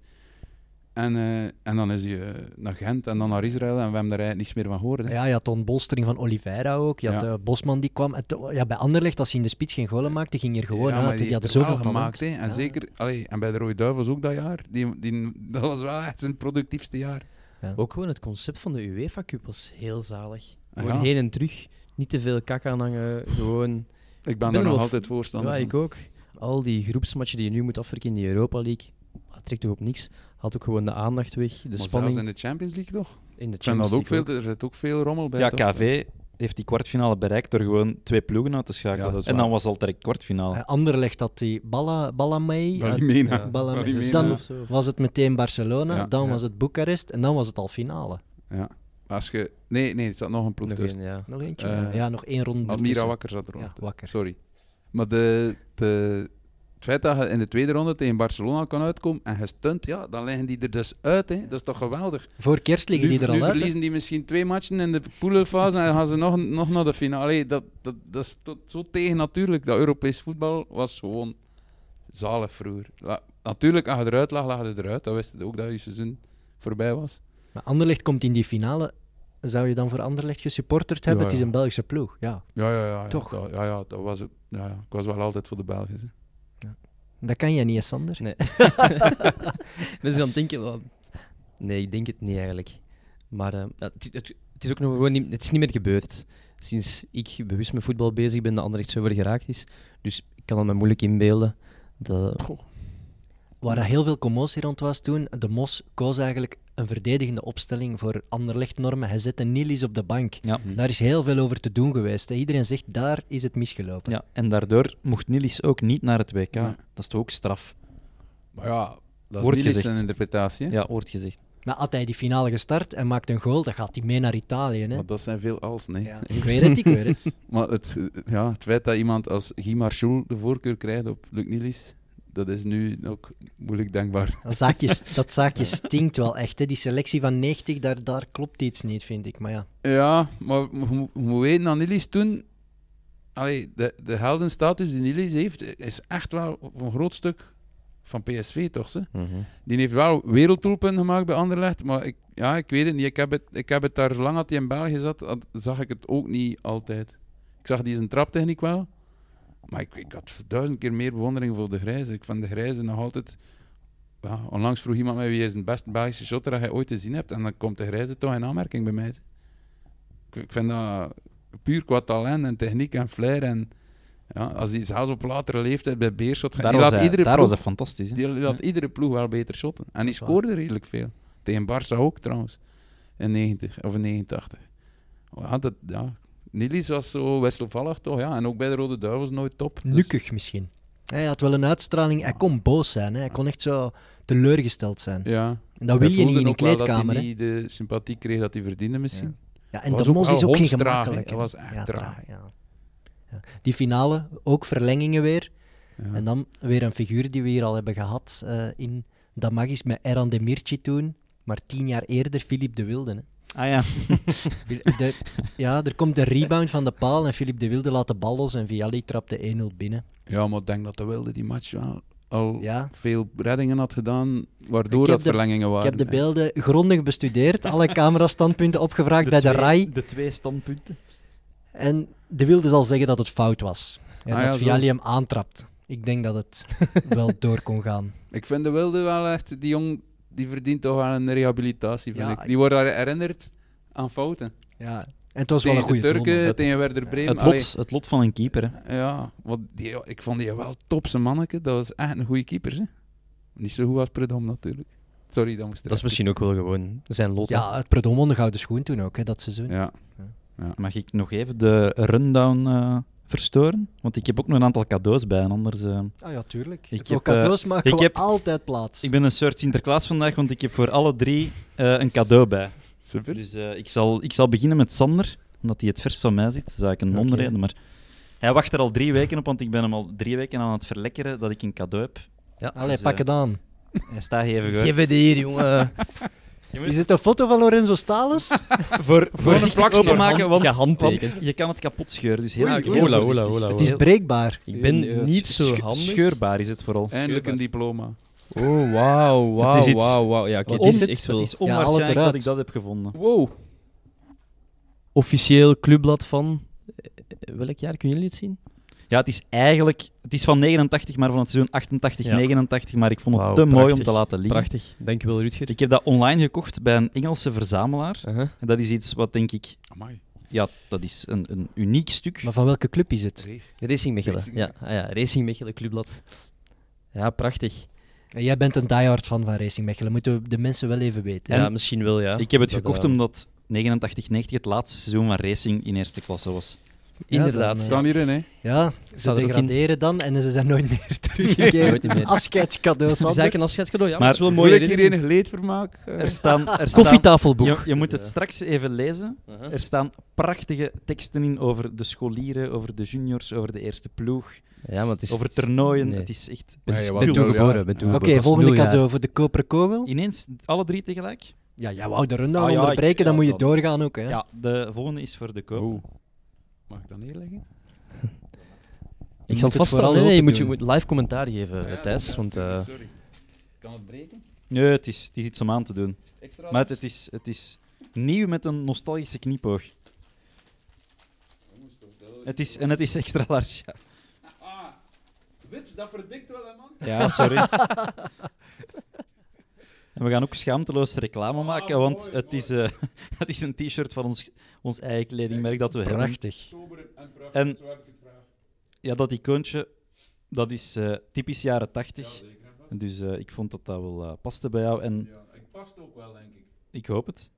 S4: En, eh, en dan is hij eh, naar Gent en dan naar Israël en we hebben daar eigenlijk niks meer van gehoord. hè.
S3: Ja, je had dan bolstering van Oliveira ook. Je had
S4: Ja.
S3: eh, Bosman die kwam. En to- ja, bij Anderlecht, als hij in de spits geen golen maakte, ging hij er gewoon
S4: Ja, maar
S3: uit. Die,
S4: heeft
S3: had
S4: er wel
S3: zoveel talent.
S4: gemaakt, hè. En,
S3: Ja.
S4: zeker, allee, en bij de Rode Duivels ook dat jaar. Die, die, dat was wel echt zijn productiefste jaar.
S5: Ook gewoon het concept van de UEFA Cup was heel zalig. Gewoon
S4: Ah, Ja.
S5: heen en terug. Niet te veel kak aanhangen. Gewoon.
S4: Ik ben
S5: ben
S4: er nog
S5: wel-
S4: altijd voorstander
S5: Ja,
S4: van.
S5: ik ook. Al die groepsmatchen die je nu moet afwerken in de Europa League. Dat trekt toch op niks. Had ook gewoon de aandacht weg. De
S4: Maar
S5: spanning
S4: zelfs in de Champions League toch?
S5: in de
S4: Ik vind
S5: Champions
S4: dat ook
S5: League
S4: veel, er zit ook veel rommel bij.
S6: Ja,
S4: toch?
S6: KV heeft die kwartfinale bereikt door gewoon twee ploegen uit te schakelen.
S4: Ja, dat is
S6: en
S4: waar.
S6: dan was het al direct kwartfinale.
S3: Eh, Anderlecht had die Balla, Balla mee.
S4: Balimena.
S5: Ja.
S3: Balla-
S5: Balimena.
S3: Dan
S5: Of zo.
S3: was het meteen Barcelona,
S4: Ja,
S3: dan
S4: ja.
S3: was het Boekarest en dan was het al finale.
S4: Ja. Als je... Nee, nee, er zat nog een ploeg
S5: Nog
S4: tussen.
S5: één, ja.
S3: Nog eentje?
S4: Eh,
S3: ja, nog één ronde
S4: Almira
S3: ertussen.
S4: Wakker zat er
S3: Ja,
S4: ook.
S3: Wakker.
S4: Sorry. Maar de, de, het feit dat je in de tweede ronde tegen Barcelona kan uitkomen en gestunt, ja, dan liggen die er dus uit. Hè. Dat is toch geweldig?
S3: Voor kerst liggen
S4: nu,
S3: die er
S4: nu
S3: al uit. hè?
S4: verliezen die misschien twee matchen in de poelenfase en gaan ze nog, nog naar de finale. Allee, dat, dat, dat is tot, zo tegennatuurlijk. Dat Europees voetbal was gewoon zalig vroeger. La- natuurlijk, als je eruit lag, lag je eruit. Dat wist je ook dat je seizoen voorbij was.
S3: Maar Anderlecht komt in die finale. Zou je dan voor Anderlecht gesupporterd hebben?
S4: Ja,
S3: Het is
S4: ja.
S3: een Belgische ploeg. Ja.
S4: Ja, ja, ja. ja,
S3: Toch?
S4: dat- Ja, ja, dat was het. Ja, ja. Ik was wel altijd voor de Belgen. hè.
S3: Dat kan jij niet, hè, Sander.
S5: Nee. Mensen gaan denken, wat- nee, ik denk het niet eigenlijk. Maar eh, ja, het, het, het is ook nog gewoon niet, het is niet meer gebeurd. Sinds ik bewust met voetbal bezig ben, dat Anderlecht zover geraakt is. Dus ik kan het me moeilijk inbeelden. Dat,
S3: Waar er heel veel commotie rond was toen, de Mos koos eigenlijk een verdedigende opstelling voor Anderlecht-normen. Hij zette Nilis op de bank.
S6: Ja.
S4: Mhm.
S3: Daar is heel veel over te doen geweest. hè. Iedereen zegt, daar is het misgelopen.
S6: Ja, en daardoor mocht Nilis ook niet naar het WK.
S4: Nee.
S6: Dat is toch ook straf?
S4: Maar ja, dat
S6: Wordt
S4: is niet
S6: gezegd.
S4: zijn interpretatie. hè.
S6: Ja, wordt gezegd.
S3: Maar had hij die finale gestart en maakt een goal, dan gaat hij mee naar Italië. Hè?
S4: Maar dat zijn veel als, nee.
S3: Ja. Ik weet het, ik weet het.
S4: Maar het, ja, het feit dat iemand als Guy Marchul de voorkeur krijgt op Luc Nilis, dat is nu ook moeilijk denkbaar.
S3: Dat zaakje, dat zaakje stinkt wel echt. Hè. Die selectie van 90, daar, daar klopt iets niet, vind ik. Maar ja,
S4: Ja, maar je moet- je moet weten dat Nilis toen... Allee, de, de heldenstatus die Nilis heeft, is echt wel voor een groot stuk van PSV, toch? Ze?
S5: Mhm.
S4: Die heeft wel werelddoelpunten gemaakt bij Anderlecht, maar ik, ja, ik weet het niet. Ik heb het, ik heb het daar, zolang dat hij in België zat, had- zag ik het ook niet altijd. Ik zag die zijn traptechniek wel, maar ik, ik had duizend keer meer bewondering voor de Grijze. Ik vond de Grijze nog altijd... Ja, onlangs vroeg iemand mij wie is de beste Belgische shotter dat hij ooit te zien hebt, en dan komt de Grijze toch in aanmerking bij mij. Ik, ik vind dat puur qua talent en techniek en flair en... Ja, als hij zelfs op latere leeftijd bij Beerschot gaat...
S6: Daar,
S4: die
S6: was
S4: laat
S6: hij,
S4: iedere
S6: daar
S4: ploeg-
S6: was hij fantastisch. Hè?
S4: die had iedere ploeg wel beter shotten. En die
S3: is waar.
S4: scoorde redelijk veel. Tegen Barça ook trouwens. In 90 of in 89. Ja, dat, ja. Nilis was zo wisselvallig toch? Ja. En ook bij de Rode Duivels nooit top. Dus-
S3: nukkig misschien. Hij had wel een uitstraling. Hij kon boos zijn. Hè. Hij kon echt zo teleurgesteld zijn.
S4: Ja.
S3: En dat wil
S4: Hij
S3: je niet
S4: voelde
S3: in een
S4: ook wel
S3: kleedkamer.
S4: Dat
S3: hè.
S4: hij niet de sympathie kreeg dat hij verdiende misschien.
S3: Ja, en
S4: Was
S3: de
S4: ook
S3: Mos
S4: wel
S3: is ook geen
S4: hondstraag, hè.
S3: gemakkelijk.
S4: Hij was echt traag.
S3: ja. Ja. Die finale, ook verlengingen weer.
S4: Ja.
S3: En dan weer een figuur die we hier al hebben gehad eh, in Damagis met Eran Demirci toen. Maar tien jaar eerder Philippe de Wilde. Hè.
S6: Ah ja.
S3: De- ja, er komt een rebound van de paal en Philippe de Wilde laat de bal los en Vialli trapt de 1-0 binnen.
S4: ja, maar ik denk dat de Wilde die match wel al
S3: Ja.
S4: veel reddingen had gedaan,
S3: Ik
S4: waardoor
S3: heb
S4: dat
S3: de-
S4: verlengingen
S3: Ik
S4: waren.
S3: heb de beelden grondig bestudeerd, alle camerastandpunten opgevraagd bij de
S6: twee-
S3: RAI.
S6: De twee standpunten.
S3: En de Wilde zal zeggen dat het fout was. Ja,
S4: Ah ja,
S3: dat
S4: zo.
S3: Vialli hem aantrapt. Ik denk dat het wel door kon gaan.
S4: Ik vind de Wilde wel echt, die jong, die verdient toch wel een rehabilitatie. Vind
S3: Ja,
S4: ik. Die wordt daar herinnerd aan fouten.
S3: Ja. En het was wel
S4: tegen
S3: een goede
S4: de Turken,
S3: doelman.
S4: tegen Werder Bremen.
S6: Het lot, het lot van een keeper. Hè.
S4: Allee, ja, want die, ik vond die wel top, zijn manneke. Dat was echt een goede keeper. Hè? Niet zo goed als Predom natuurlijk. Sorry, dat moest
S5: dat is
S4: eruit.
S5: misschien ook wel gewoon zijn lot. hè.
S3: Ja, het Predom won de gouden schoen toen ook, hè, dat seizoen.
S4: Ja.
S6: Mag ik nog even de rundown eh, verstoren? Want ik heb ook nog een aantal cadeaus bij. En anders, eh,
S3: Ah ja, tuurlijk.
S6: Ik
S3: Voor
S6: heb, eh,
S3: cadeaus maken
S6: ik
S3: we
S6: heb-
S3: altijd plaats.
S6: ik ben een soort Sinterklaas vandaag, want ik heb voor alle drie eh, een cadeau bij.
S4: Super.
S6: Dus eh, ik, zal, ik zal beginnen met Sander, omdat hij het vers van mij zit. Zou ik een non
S3: Oké.
S6: reden, maar hij wacht er al drie weken op, want ik ben hem al drie weken aan het verlekkeren dat ik een cadeau heb.
S5: Ja,
S3: Allee,
S6: dus,
S3: pak
S6: eh,
S3: het aan.
S6: Hij staat even
S5: Geef het hier, jongen.
S3: Is het een foto van Lorenzo Stalus?
S6: voor, voorzichtig
S5: plakje
S6: openmaken,
S5: hand-
S6: want,
S5: gehandtekend.
S6: want je kan het kapot scheuren. Dus heel,
S5: Oei,
S6: heel
S5: oei, ola,
S6: voorzichtig.
S5: ola, ola,
S3: Het
S5: ola.
S3: is breekbaar.
S5: Ik ben
S6: Heel, eh,
S5: niet
S6: sch-
S5: zo
S6: sch-
S5: handig.
S6: Scheurbaar is het vooral.
S4: Eindelijk een diploma.
S5: Oh, wauw,
S6: Het is
S5: wauw,
S6: iets-
S5: wauw, wauw. Ja, oké,
S6: Wat
S5: dit
S6: is het?
S5: echt
S6: Het
S5: wel
S6: is
S3: haal het
S6: onwaarschijnlijk dat
S3: eruit.
S6: ik dat heb gevonden.
S4: Wow.
S5: officieel clubblad van... eh, Welk jaar kunnen jullie het zien?
S6: Ja, het is eigenlijk... Het is van 89, maar van het seizoen 88,
S5: Ja.
S6: 89. Maar ik vond het
S5: Wauw,
S6: te mooi om
S5: prachtig.
S6: te laten liggen.
S5: Prachtig. Dankjewel, Rutger.
S6: Ik heb dat online gekocht bij een Engelse verzamelaar.
S5: Uh-huh.
S6: En dat is iets wat, denk ik...
S4: Amai.
S6: Ja, dat is een, een uniek stuk.
S3: Maar van welke club is het?
S5: Racing Mechelen.
S4: Racing
S5: Ja, ah, ja, Racing Mechelen Clubblad. Ja, prachtig.
S3: En Jij bent een diehard fan van Racing Mechelen. Moeten we de mensen wel even weten.
S5: ja, misschien wel, ja.
S6: ik heb het
S5: Dat,
S6: gekocht
S5: eh,
S6: omdat 89-90 het laatste seizoen van Racing in eerste klasse was.
S5: Inderdaad.
S3: dan, eh,
S4: Staan hierin, hè?
S3: Ja,
S5: Staat er
S3: ze
S5: ook in.
S3: degraderen dan en ze zijn nooit meer
S5: Nooit
S3: teruggekeerd.
S5: meer.
S3: Afscheidscadeau,
S5: Het is
S3: Sander.
S5: eigenlijk een afscheidscadeau, ja, maar,
S6: Maar
S5: het is wel een
S4: Voel
S5: mooie
S4: ik hier
S5: herinnering.
S4: enig leedvermaak? Eh,
S6: Er staan... Er staan
S5: Koffietafelboek.
S6: je, je moet het straks even lezen.
S5: Uh-huh.
S6: Er staan prachtige teksten in over de scholieren, over de juniors, over de eerste ploeg,
S5: Ja, maar het is...
S6: over toernooien.
S5: nee.
S6: Het is echt...
S4: Nee, je
S5: ik
S4: was
S5: ben toen
S4: nul, ja.
S5: geboren, ben toen
S4: Ja.
S3: Oké,
S5: geboren. Ik was
S3: volgende
S5: nul jaar.
S3: cadeau voor de koperen kogel.
S6: Ineens alle drie tegelijk.
S3: Ja, jij wou de rundown
S6: Ah, ja,
S3: onderbreken,
S6: ik-
S3: dan
S6: ja,
S3: moet je
S6: dat-
S3: doorgaan ook. Hè?
S6: Ja, de volgende is voor de koop.
S4: Oeh. Mag ik dat neerleggen?
S5: Ik zal
S3: het
S5: vast
S3: vooral
S5: nee, nee, je
S3: open
S5: moet, je
S3: doen.
S5: moet live commentaar geven, Thijs. Want, eh,
S4: Sorry. Kan het breken?
S6: Nee, het is, het is iets om aan te doen.
S4: Extra
S6: Maar het, het is, het is nieuw met een nostalgische kniepoog. Het is, en het is extra large. ja.
S4: Ah, wit, dat verdikt wel, hè, man.
S6: Ja, sorry. en we gaan ook schaamteloos reclame maken,
S4: Ah,
S6: want
S4: mooi,
S6: het, Is, eh, het is een t-shirt van ons, ons eigen kledingmerk dat we hebben.
S3: Prachtig.
S4: Sober en prachtig,
S6: En-
S4: zo heb ik het graag.
S6: Ja, dat icoontje, dat is eh, typisch jaren 80.
S4: zeker. en vast.
S6: Dus eh, ik vond dat dat wel eh, paste bij jou en
S4: Ja, ik past ook wel, denk ik.
S6: ik hoop het.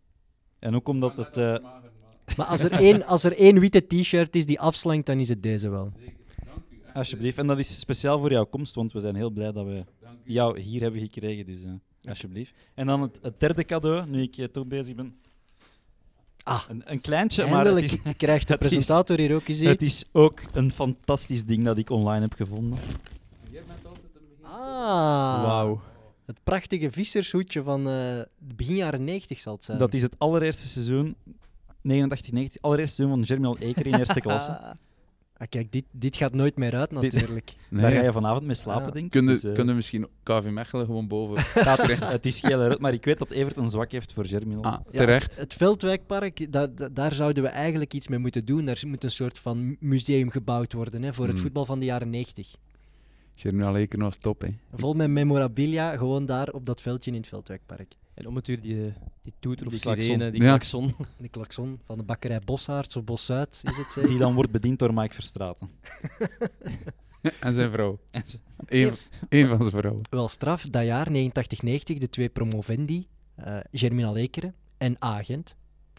S6: En ook omdat
S4: Maar
S6: het...
S4: net
S6: eh,
S4: als de mager, maar
S3: Maar als er, één, als er één witte t-shirt is die afslankt, dan is het deze wel.
S4: zeker. Dank u. echt,
S6: Alsjeblieft. En dat is speciaal voor jouw komst, want we zijn heel blij dat we
S4: Dank u.
S6: jou hier hebben gekregen. Dus eh, alsjeblieft. En dan het, het derde cadeau, nu ik eh, toch bezig ben.
S3: Ah.
S6: een, een kleintje, maar
S3: Eindelijk
S6: het
S3: krijgt de
S6: het is-
S3: presentator hier ook eens
S6: is, het
S3: iets.
S6: is ook een fantastisch ding dat ik online heb gevonden.
S4: Jij bent altijd een begin.
S3: Ah. Het prachtige vissershoedje van eh, begin jaren 90 zal het zijn.
S6: Dat is het allereerste seizoen, 89-90, allereerste seizoen van Germinal Eker in eerste klasse.
S3: Ah, kijk, dit, dit gaat nooit meer uit
S6: Dit-
S3: natuurlijk.
S6: Daar ga
S4: Nee.
S6: je vanavond mee slapen,
S3: Ah.
S6: denk ik.
S4: Kunnen,
S6: Dus, eh,
S4: kunnen misschien KV Mechelen gewoon boven.
S6: ja, het, is, het is geel eruit, maar ik weet dat Evert een zwak heeft voor Germinal.
S4: Ah,
S3: Ja,
S4: terecht.
S3: het, het Veldwijkpark, da- da- daar zouden we eigenlijk iets mee moeten doen. Daar moet een soort van museum gebouwd worden hè, voor het
S4: Hmm.
S3: voetbal van de jaren 90.
S4: Germinal Eken was top, hè.
S3: Vol met memorabilia, gewoon daar op dat veldje in het Veldwijkpark.
S5: En om het uur die, eh, die toeter of
S6: Die klakson.
S5: sirene, die
S4: Ja.
S5: klakson.
S3: De klakson van de bakkerij Boshaarts of Bosuit, is het zeker?
S6: Die dan wordt bediend door Mike Verstraten.
S4: En zijn vrouw.
S6: En ze-
S4: Eén, één van zijn vrouwen.
S3: Wel straf, dat jaar, 89-90, de twee promovendi, eh Germinal Lekeren en Agent.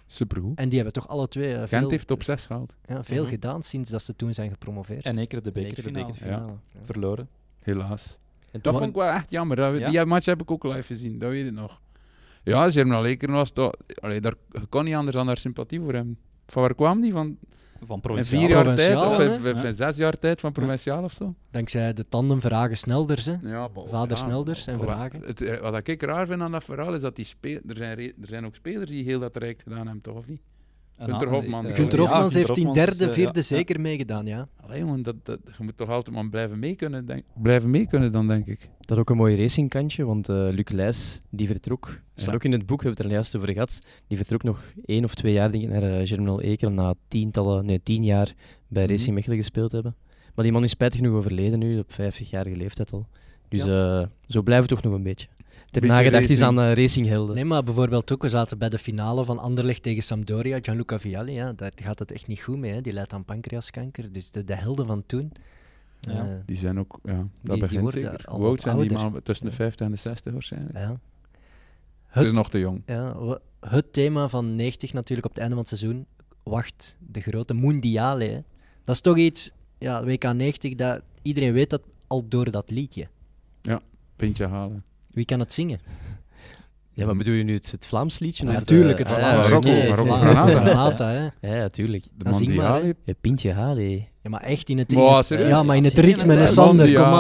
S4: Supergoed.
S3: En die hebben toch alle twee eh,
S4: Gent
S3: veel,
S4: heeft top 6 gehaald.
S3: ja, veel
S6: Mhm.
S3: gedaan sinds dat ze toen zijn gepromoveerd.
S6: En Eker de
S5: Beker, de
S6: bekerfinale.
S5: bekerfinale.
S6: Verloren.
S4: Helaas.
S5: En
S4: Dat
S5: toen-
S4: vond ik wel echt jammer. Dat we-
S6: Ja?
S4: Die match heb ik ook live gezien, dat weet ik nog. Ja, Germinal Eken was toch... Allee, daar je kon niet anders dan daar sympathie voor hebben. Van waar kwam die? Van
S6: Van
S4: in
S6: provincie.
S4: vier jaar tijd?
S3: Provinciaal,
S4: Of
S3: hè?
S4: in, in- in zes jaar tijd van Provinciaal of zo?
S3: Dankzij de tandem Verhagen Snelders, hè.
S4: Ja,
S3: Vader Snelders en
S4: Wat-
S3: Verhagen.
S4: Het, eh, wat ik raar vind aan dat verhaal is dat die spe- er, zijn re- er zijn ook spelers die heel dat traject gedaan hebben, toch? Of niet? Gunter Hofmans.
S6: Eh,
S3: Gunther
S6: ja,
S3: Hofmans heeft in
S6: Hofmans is,
S3: derde,
S6: eh,
S3: vierde
S6: ja,
S3: zeker meegedaan, ja.
S4: Allee, jongen, dat, dat, je moet toch altijd maar blijven mee kunnen, denk, blijven mee kunnen dan, denk ik.
S5: Dat ook een mooi racingkantje, want eh, Luc Leijs, die vertrok, staat
S4: Ja.
S5: ook in het boek, we hebben het er juist over gehad, die vertrok nog één of twee jaar denk ik, naar eh, Germinal Eker na tientallen, nee, tien jaar bij
S4: Mhm.
S5: Racing Mechelen gespeeld hebben. Maar die man is spijtig genoeg overleden nu, op 50-jarige leeftijd al. Dus eh, zo blijven we toch nog een beetje. Ter
S4: Beetje
S5: nagedacht is aan
S4: racing.
S5: eh, racinghelden.
S3: Nee, maar bijvoorbeeld ook, we zaten bij de finale van Anderlecht tegen Sampdoria. Gianluca Vialli, ja, daar gaat het echt niet goed mee. Hè. Die leidt aan pancreaskanker, dus de, de helden van toen.
S6: Ja.
S3: eh,
S4: Die zijn ook, ja, dat
S3: die
S4: begint
S3: worden
S4: zeker.
S3: al
S4: Hoe
S3: wat
S4: oud zijn die
S3: ouder.
S4: mannen? Tussen de 50 en de 60 waarschijnlijk.
S3: ja.
S4: Het
S3: Het,
S4: is nog te jong.
S3: ja, wa- het thema van 90 natuurlijk op het einde van het seizoen. Wacht, de grote mondiale. Hè. Dat is toch iets, ja, WK 90, dat, iedereen weet dat al door dat liedje.
S4: Pintje halen.
S3: Wie kan het zingen?
S5: Ja, maar bedoel je nu het, het Vlaams liedje? of
S3: Natuurlijk, het
S5: eh,
S4: Vlaams.
S5: ah,
S3: Vlaams.
S5: ja,
S4: Marokko,
S3: oké,
S5: oké,
S4: Marokko,
S3: Vlaams,
S4: Granada.
S3: Granada, hè.
S5: Ja, ja, tuurlijk.
S4: De
S3: Dan zing Nou, maar,
S4: Mondiale.
S3: hè.
S5: Ja, Pintje Hale.
S3: Ja, maar echt in het
S4: Wow,
S3: in-
S4: serieus?
S3: Ja, maar in het
S6: Zingen
S3: ritme,
S6: en
S3: hè,
S6: dansen.
S3: Sander, kom aan.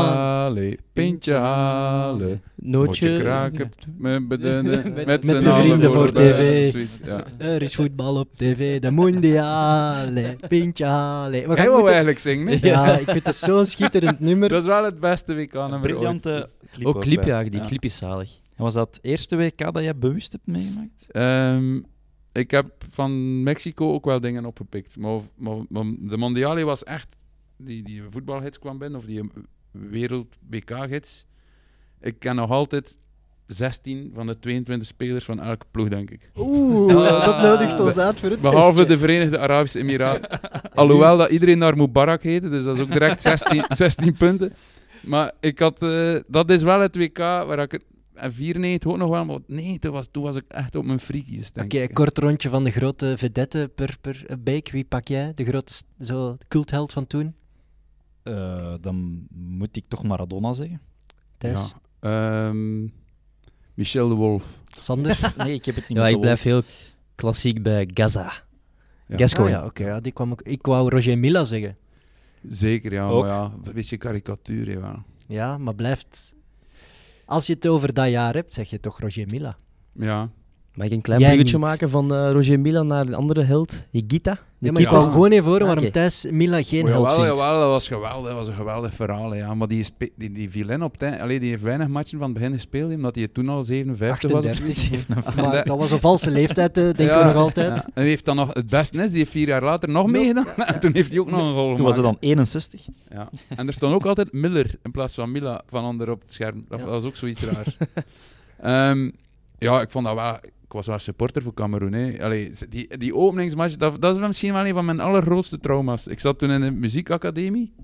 S4: Mondiale, Pintje halen. Potje
S5: Nootje.
S4: kraken. Met, met, de- met,
S5: Met
S4: z'n
S3: de
S4: allen
S3: vrienden voor
S4: de-
S3: tv.
S4: zoiets, Ja.
S3: Eh, Er is voetbal op tv, de mondiale, pintje halen. We
S4: Jij
S3: gaan
S4: wou
S3: moeten...
S4: eigenlijk zingen, nee?
S3: Ja, ik vind het zo'n schitterend nummer.
S4: Dat is wel het beste WK-nummer
S6: Briljante clip.
S5: Ook Oh, clip,
S6: bij.
S5: ja, die clip is zalig.
S6: En was dat het eerste WK dat jij bewust hebt meegemaakt?
S4: Ehm, ik heb van Mexico ook wel dingen opgepikt. Maar, maar, maar de Mondiale was echt... Die, die voetbalgids kwam binnen, of die wereld-WK-gids. Ik ken nog altijd 16 van de 22 spelers van elke ploeg, denk ik.
S3: Oeh,
S6: Ah.
S3: dat nodigt ons uit voor het
S4: Behalve
S3: testje.
S4: de Verenigde Arabische Emiraten. Alhoewel dat iedereen naar Mubarak heette, dus dat is ook direct 16, 16 punten. Maar ik had, eh, dat is wel het WK waar ik het... En 94 ook nog wel, maar nee, toen was, toen was ik echt op mijn freakies, denk
S3: Oké,
S4: ik.
S3: een kort rondje van de grote vedette per, per eh, beek. Wie pak jij? De grote st- zo, cultheld van toen?
S6: Eh, dan moet ik toch Maradona zeggen.
S3: Thijs?
S4: Ja. Ehm, Michel de Wolf.
S3: Sander?
S6: Nee, ik heb het niet
S5: Ja,
S6: met
S5: ik
S6: de
S5: blijf heel klassiek bij Gaza.
S4: Ja.
S5: Gascoigne.
S3: Ah ja, oké. ja, die kwam ook... Ik wou Roger Milla zeggen.
S4: Zeker, ja.
S6: Ook.
S4: Maar ja, een beetje karikatuur, hè, wel.
S3: Ja, maar blijft... Als je het over dat jaar hebt, zeg je toch Roger Milla?
S4: Ja.
S5: Mag ik een klein
S3: Jij
S5: bruggetje
S3: niet.
S5: maken van eh, Roger Milan naar een andere held, Higita?
S3: Nee, maar ik
S4: keeper.
S3: kwam gewoon even horen waarom
S5: Oké.
S3: Thijs Mila geen
S4: Oh,
S3: held
S4: jawel,
S3: vindt.
S4: jawel, dat was geweldig. Dat was een geweldig verhaal. hè, Ja. Maar die, spe- die, die viel in op het eind. Allee, die heeft weinig matchen van het begin gespeeld, omdat hij toen al 57 was. of
S3: 38.
S4: zoiets.
S3: Maar dat was een valse leeftijd, eh, denken
S4: Ja.
S3: we nog altijd.
S4: Ja. En die heeft dan nog het beste is, die heeft vier jaar later nog meegedaan. En toen heeft hij ook nog een goal
S6: Toen was het
S4: gemaakt.
S6: dan 61.
S4: Ja. En er stond ook altijd Miller in plaats van Mila van onder op het scherm. Dat was ook zoiets raar. Ehm, ja, ik vond dat wel... Ik was wel supporter voor Cameroen. hè. Allee, ze- die, die openingsmatch, dat, dat is misschien wel een van mijn allergrootste trauma's. Ik zat toen in de muziekacademie.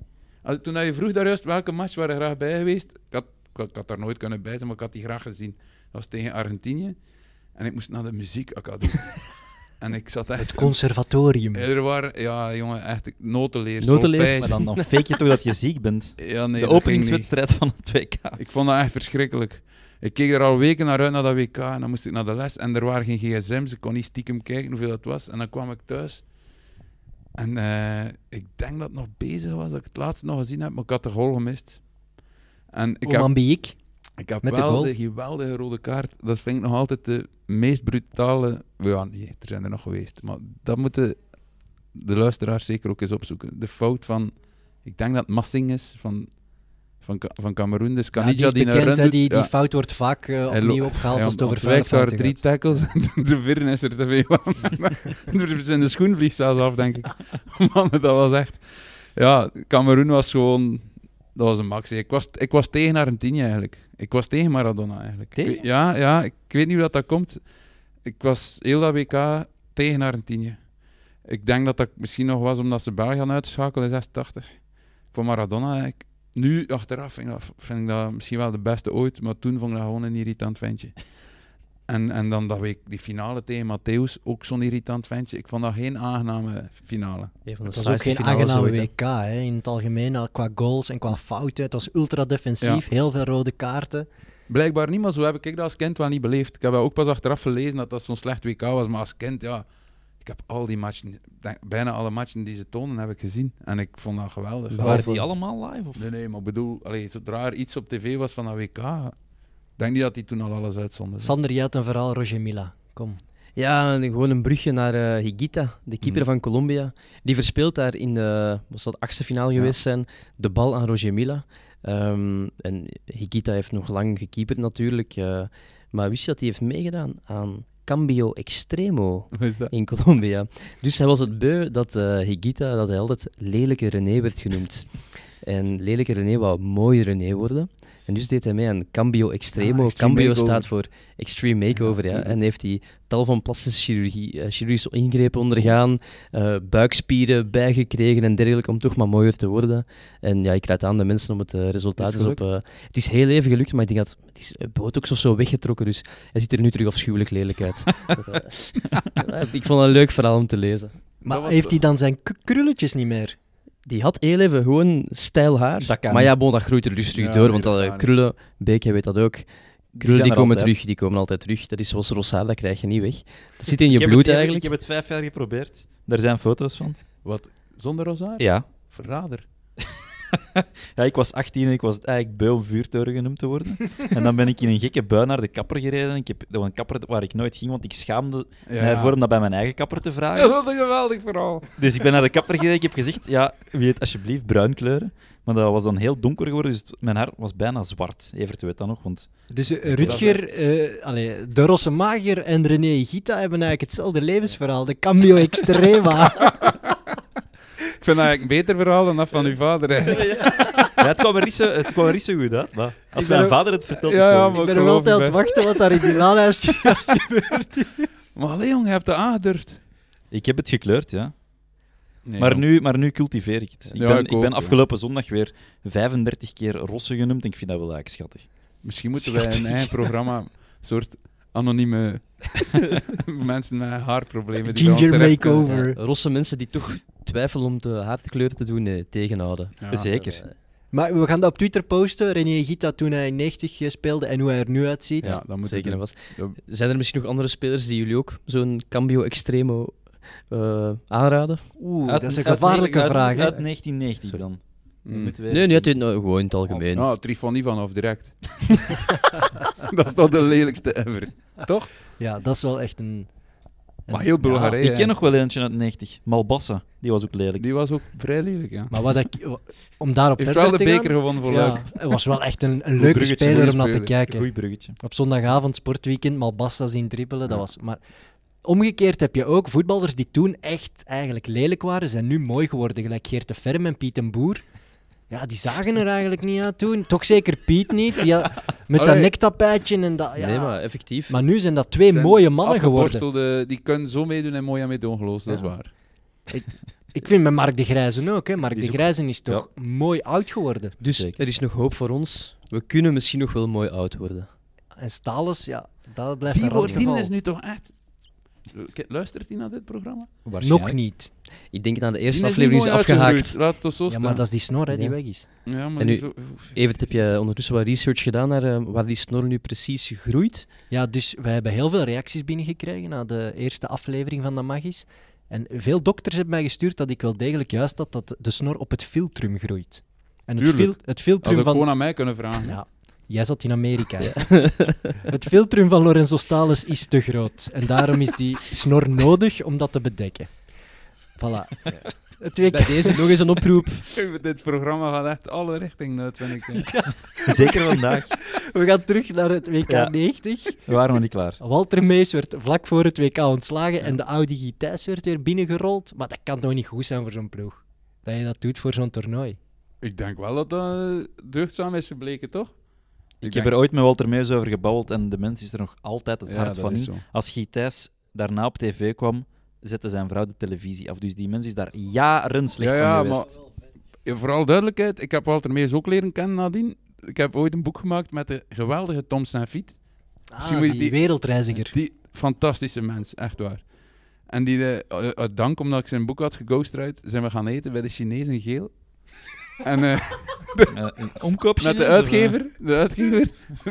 S4: Als- toen je vroeg daar juist welke match waren graag bij geweest, ik had, ik, had- ik had daar nooit kunnen bij zijn, maar ik had die graag gezien. Dat was tegen Argentinië. En ik moest naar de muziekacademie. en ik zat echt...
S3: Het conservatorium.
S4: er waren, ja jongen, echt notenleer.
S5: Notenleer,
S4: solfège.
S6: Maar dan, dan fake je toch dat je ziek bent.
S4: Ja, nee,
S6: de
S4: dat ging niet.
S6: openingswedstrijd van het WK.
S4: Ik vond dat echt verschrikkelijk. Ik keek er al weken naar uit, naar dat WK. En dan moest ik naar de les. En er waren geen gsm's. Ik kon niet stiekem kijken hoeveel dat was. En dan kwam ik thuis. En eh, ik denk dat het nog bezig was, dat ik het laatst nog gezien heb. Maar ik had de goal gemist.
S6: Oh,
S4: En ik heb,
S3: Mozambique.
S4: ik heb
S3: met de
S4: wel
S3: goal.
S4: de, geweldige rode kaart. Dat vind ik nog altijd de meest brutale... Ja, nee, er zijn er nog geweest. Maar dat moeten de luisteraars zeker ook eens opzoeken. De fout van... Ik denk dat het Massing is, van... Van, Ka- van Cameroen, dus
S3: Ja, die
S4: Kanidja
S3: is
S4: die,
S3: bekend,
S4: een
S3: hè,
S4: run doet.
S3: die, die
S4: Ja.
S3: fout wordt vaak eh,
S4: Hij
S3: opnieuw
S4: lo-
S3: opgehaald
S4: Ja,
S3: als het over
S4: want Wijk
S3: vuile fouten
S4: daar drie tackles en de vierde is er te veel aan. er zijn de schoen vliegt zelfs af, denk ik. Mannen, dat was echt... Ja, Cameroen was gewoon... Dat was een maxi. Ik was, ik was tegen Argentinië eigenlijk. Ik was tegen Maradona eigenlijk.
S6: Tegen?
S4: Ik weet- ja, ja, ik weet niet hoe dat, dat komt. Ik was heel dat WK tegen Argentinië. Ik denk dat dat misschien nog was omdat ze België gaan uitschakelen in 86. Voor Maradona eigenlijk. Nu, achteraf, vind ik, dat, vind ik dat misschien wel de beste ooit. Maar toen vond ik dat gewoon een irritant ventje. En, en dan dat week, die finale tegen Matthäus, ook zo'n irritant ventje. Ik vond dat geen aangename finale.
S5: Een van de
S3: Het was ook
S5: saaiste
S3: geen
S5: finales
S3: aangename
S5: ooit, hè.
S3: WK hè. in het algemeen, al qua goals en qua fouten. Het was ultra defensief, heel veel rode kaarten.
S4: Blijkbaar niet, maar zo heb ik dat als kind wel niet beleefd. Ik heb dat ook pas achteraf gelezen dat dat zo'n slecht WK was. Maar als kind, ja, ik heb al die matchen, denk- bijna alle matchen die ze tonen, heb ik gezien. En ik vond dat geweldig.
S6: Waren die allemaal live? Of?
S4: Nee, nee, maar ik bedoel, allee, zodra er iets op tv was van dat WK, ik denk niet dat die toen al alles uitzonden.
S3: Sander, jij had een verhaal, Roger Mila. Kom.
S5: Ja, en gewoon een brugje naar eh, Higuita, de keeper van Colombia. Die verspeelt daar in de, was dat de achtste finale
S4: Ja.
S5: geweest zijn, de bal aan Roger Mila. Ehm, en Higuita heeft nog lang gekeeperd natuurlijk. eh, maar wist je dat hij heeft meegedaan aan Cambio Extremo
S4: is dat?
S5: in Colombia? Dus hij was het beu dat eh, Higuita, dat hij altijd lelijke René werd genoemd. En lelijke René wou mooi René worden. En dus deed hij mee aan Cambio Extremo.
S4: Ah, Extreme
S5: Cambio
S4: Makeover.
S5: staat voor Extreme Makeover, ja.
S4: tuurlijk.
S5: En heeft hij tal van plastische chirurgie, eh, chirurgische ingrepen ondergaan, eh, buikspieren bijgekregen en dergelijke, om toch maar mooier te worden. En ja, ik raad aan de mensen om het eh, resultaat
S6: Is
S5: eens op... eh, het is heel even gelukt, maar ik denk dat... Het is eh, botox of zo weggetrokken, dus hij ziet er nu terug afschuwelijk lelijk uit. Dat, eh, ik vond het een leuk verhaal om te lezen.
S3: Maar
S4: was
S3: heeft
S4: de-
S3: hij dan zijn k- krulletjes niet meer?
S5: Die had heel even gewoon stijl haar.
S6: Dat kan.
S5: Maar ja, bon, dat groeit er dus terug
S4: Ja,
S5: door.
S4: nee,
S5: Want
S4: dat
S5: dat, eh,
S4: kan niet.
S5: krullen, Beek, jij weet dat ook.
S6: zijn
S5: Krullen die
S6: er
S5: komen,
S6: altijd.
S5: terug, die komen altijd terug. Dat is zoals rosa, dat krijg je niet weg. Dat zit in je
S6: Ik heb het
S5: bloed
S6: even-
S5: eigenlijk.
S6: Ik heb het vijf jaar geprobeerd. Daar zijn foto's van.
S4: Wat? Zonder Rosaar?
S6: Ja.
S4: Verrader.
S6: ja ik was 18 en ik was eigenlijk beu om vuurteuren genoemd te worden. en dan ben ik in een gekke bui naar de kapper gereden. Ik heb, dat was een kapper waar ik nooit ging, want ik schaamde mij voor om dat bij mijn eigen kapper te vragen.
S4: Wat een geweldig verhaal.
S6: Dus ik ben naar de kapper gereden. Ik heb gezegd, ja, wie het alsjeblieft bruin kleuren. Maar dat was dan heel donker geworden, dus het- mijn haar was bijna zwart. Evert weet dat nog, want
S3: Dus eh, Rutger, eh, allee, de Rosse Magier en René Gita hebben eigenlijk hetzelfde levensverhaal. De Cambio Extrema.
S4: Ik vind dat eigenlijk een beter verhaal dan dat van uw vader. eigenlijk.
S6: ja, het, kwam er niet zo, het kwam er niet zo goed uit. maar als
S3: Ik ben
S6: mijn
S3: ook-
S6: vader het vertelt,
S4: Ja,
S6: is het wel
S4: ja,
S6: niet.
S4: maar
S3: Ik
S4: ik
S3: ben nog
S4: geloof
S3: altijd aan het
S4: je
S3: wachten
S4: best.
S3: wat daar in die lala is gebeurd.
S4: Maar allee, jongen, je hebt dat aangedurfd.
S6: Ik heb het gekleurd, ja. maar, nu, maar nu cultiveer ik het. Ik
S4: Ja,
S6: ben,
S4: ik
S6: ik
S4: ook,
S6: ben
S4: ja.
S6: afgelopen zondag weer 35 keer rossen genoemd en ik vind dat wel eigenlijk schattig.
S4: Misschien moeten wij een
S6: Schattig.
S4: eigen programma, een soort anonieme mensen met haarproblemen. die eh, bij ons
S3: Ginger
S4: terecht kunnen.
S3: makeover.
S5: Ja, rosse mensen die toch twijfelen om de haarkleur te doen, nee, tegenhouden.
S4: Ja.
S6: Zeker.
S5: Eh,
S3: Maar we gaan dat op Twitter posten. René Gita toen hij in 90 speelde en hoe hij er nu uitziet.
S4: Ja, dat moet
S5: Zeker en
S4: Zeker.
S5: vast. Zijn er misschien nog andere spelers die jullie ook zo'n Cambio Extremo eh, aanraden?
S3: Oeh,
S6: Uit-
S3: dat is een
S6: uit-
S3: gevaarlijke
S6: uit-
S3: vraag. hè.
S6: Uit 1990
S5: Sorry.
S6: dan.
S4: Mm.
S6: Moeten we-
S5: Nee, nee, het, nou, gewoon in het algemeen.
S4: Nou, Trifon Ivanov direct. dat is toch de lelijkste ever. Toch?
S3: Ja, dat is wel echt een
S4: Maar heel Bulgarije.
S6: ik ken nog wel eentje uit 90. Malbassa. Die was ook lelijk.
S4: Die was ook vrij lelijk, ja.
S3: Maar wat ik, wa- om daarop
S4: Heeft
S3: verder
S4: wel de
S3: te gaan-
S4: beker gewonnen voor
S3: ja,
S4: leuk.
S3: het was wel echt een, een leuke
S6: bruggetje,
S3: speler
S4: goeie
S3: om naar te
S4: speler.
S3: kijken.
S6: Goeie bruggetje.
S3: Op zondagavond, sportweekend, Malbassa zien dribbelen. Dat
S4: Ja.
S3: was, maar omgekeerd heb je ook voetballers die toen echt eigenlijk lelijk waren, zijn nu mooi geworden. Gelijk Geert de Ferm en Piet en Boer. Ja, die zagen er eigenlijk niet uit toen. Toch zeker Piet niet. Die had- met dat
S4: Allee.
S3: nektapijtje en dat... Ja.
S5: Nee, maar
S3: maar...
S5: effectief.
S3: nu zijn dat twee
S4: Zijn
S3: mooie mannen geworden.
S4: afgeborstelde- Die kunnen zo meedoen en mooi aan meedoen, geloof dat is
S3: Ja.
S4: waar.
S3: Ik vind met Mark de Grijzen ook. Hè. Mark
S6: Die
S3: de
S6: is ook-
S3: Grijzen is toch mooi oud geworden.
S5: Dus
S6: Zeker.
S5: er is nog hoop voor ons. We kunnen misschien nog wel mooi oud worden.
S3: En Stalus, ja, dat blijft
S4: Die,
S3: een
S4: wordt- die
S3: randgeval.
S4: is nu toch echt... Kijk, Luistert hij naar dit programma?
S3: Nog niet.
S5: Ik denk dat de eerste
S4: Die is
S5: aflevering is
S4: niet mooi uitgegroeid,
S5: afgehaakt.
S4: Laat het zo
S3: Ja,
S4: staan.
S3: maar dat is die snor hè, die
S5: Ja.
S3: weg is.
S4: Ja, maar
S5: En nu-
S4: zo-
S5: Evert, heb je ondertussen wat research gedaan naar eh, waar die snor nu precies groeit?
S3: Ja, dus wij hebben heel veel reacties binnengekregen na de eerste aflevering van de Magis. En veel dokters hebben mij gestuurd dat ik wel degelijk juist had dat de snor op het filtrum groeit. En het,
S4: Tuurlijk.
S3: fil- het filtrum
S4: Had ook
S3: van...
S4: gewoon aan mij kunnen vragen.
S3: Ja, jij zat in Amerika. hè. het filtrum van Lorenzo Stalus is te groot. En daarom is die snor nodig om dat te bedekken. Voilà. Het Twee
S5: Bij
S3: keer-
S5: deze nog eens een oproep.
S4: Dit programma gaat echt alle richtingen uit, vind ik. eh. hè.
S6: Zeker vandaag.
S3: We gaan terug naar het WK
S6: Ja.
S3: 90.
S6: We waren nog niet klaar.
S3: Walter Mees werd vlak voor het WK ontslagen en de Audi Gitijs werd weer binnengerold. Maar dat kan toch niet goed zijn voor zo'n ploeg? Dat je dat doet voor zo'n toernooi.
S4: Ik denk wel dat dat eh, deugdzaam is gebleken, toch?
S6: Ik heb er ooit met Walter Meus over gebabbeld en de mens is er nog altijd het hart van in.
S4: niet.
S6: Als Gijs daarna op tv kwam, zette zijn vrouw de televisie af. Dus die mens is daar jaren slecht
S4: Ja, ja,
S6: van geweest.
S4: Ja, vooral duidelijkheid, ik heb Walter Mees ook leren kennen nadien. Ik heb ooit een boek gemaakt met de geweldige Tom Sanfiet. Zien
S3: Ah,
S4: we
S3: die,
S4: die-
S3: wereldreiziger.
S4: Die fantastische mens, echt waar. En die, eh, uit- uit dank omdat ik zijn boek had geghostwrite, zijn we gaan eten bij de Chinees in geel. En eh,
S6: Eh, een omkoop
S4: met de
S6: Chinees, of, eh?
S4: uitgever, de uitgever,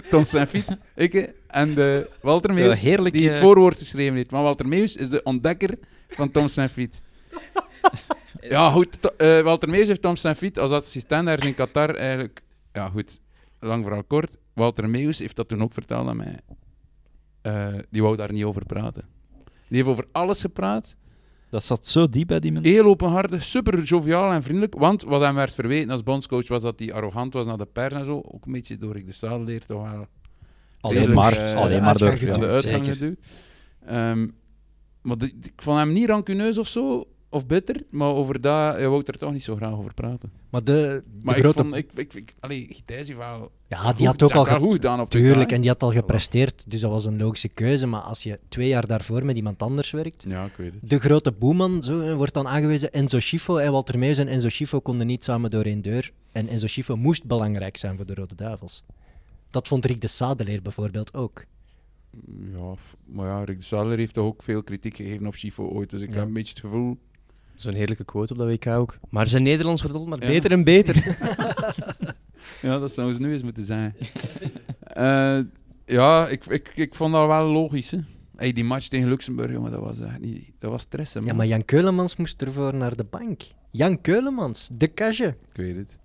S4: Tom Sanfiet, ik eh, en de Walter
S6: Ja,
S4: Meus,
S6: heerlijk.
S4: die
S6: eh,
S4: het voorwoord geschreven heeft. Maar Walter Meus is de ontdekker van Tom Sanfiet. ja, goed. to- eh, Walter Meus heeft Tom Sanfiet als assistent ergens in Qatar eigenlijk... Ja, goed. Lang verhaal kort. Walter Meus heeft dat toen ook verteld aan mij. Eh, die wou daar niet over praten. Die heeft over alles gepraat.
S6: Dat zat zo diep bij die mens.
S4: Heel openhartig, super joviaal en vriendelijk. Want wat hem werd verweten als bondscoach was dat hij arrogant was naar de pers en zo. Ook een beetje door ik de staal leer toch wel
S6: Alleen
S4: Heerlijk,
S6: maar,
S4: eh,
S6: alleen maar door.
S3: uitgang
S4: aan de
S6: Ja,
S3: geduwd.
S4: uitgang
S6: zeker.
S4: geduwd. Ehm, maar de- de- ik vond hem niet rancuneus of zo, of bitter, maar over dat hij wou er toch niet zo graag over praten.
S3: Maar de, de
S4: Maar
S3: grote...
S4: ik vond, ik, ik, ik, allee, Gijs heeft wel...
S3: ja, die
S4: goed-
S3: had ook
S4: ze
S3: al...
S4: had
S3: ge-
S4: goed gedaan op
S3: Tuurlijk,
S4: de
S3: en die had al gepresteerd. Dus dat was een logische keuze. Maar als je twee jaar daarvoor met iemand anders werkt...
S4: Ja, ik weet het.
S3: De grote boeman zo, eh, wordt dan aangewezen. Enzo Schifo en Walter Meus en Enzo Schifo konden niet samen door één deur. En Enzo Schifo moest belangrijk zijn voor de Rode Duivels. Dat vond Rick de Sadeleer bijvoorbeeld ook.
S4: Ja, f- maar ja, Rick de Saller heeft toch ook veel kritiek gegeven op Schifo ooit, dus ik
S3: Ja.
S4: heb een beetje het gevoel...
S5: Zo'n heerlijke quote op dat WK ook. Maar zijn Nederlands wordt altijd maar
S4: Ja.
S5: beter en beter.
S4: Ja, dat zou ze nu eens moeten zijn. Eh, ja, ik, ik, ik vond dat wel logisch, hè. Hey, die match tegen Luxemburg, jongen, dat was echt niet... Dat was stressen,
S3: Ja,
S4: man.
S3: maar Jan Keulemans moest ervoor naar de bank. Jan Keulemans, de cage.
S4: Ik weet het.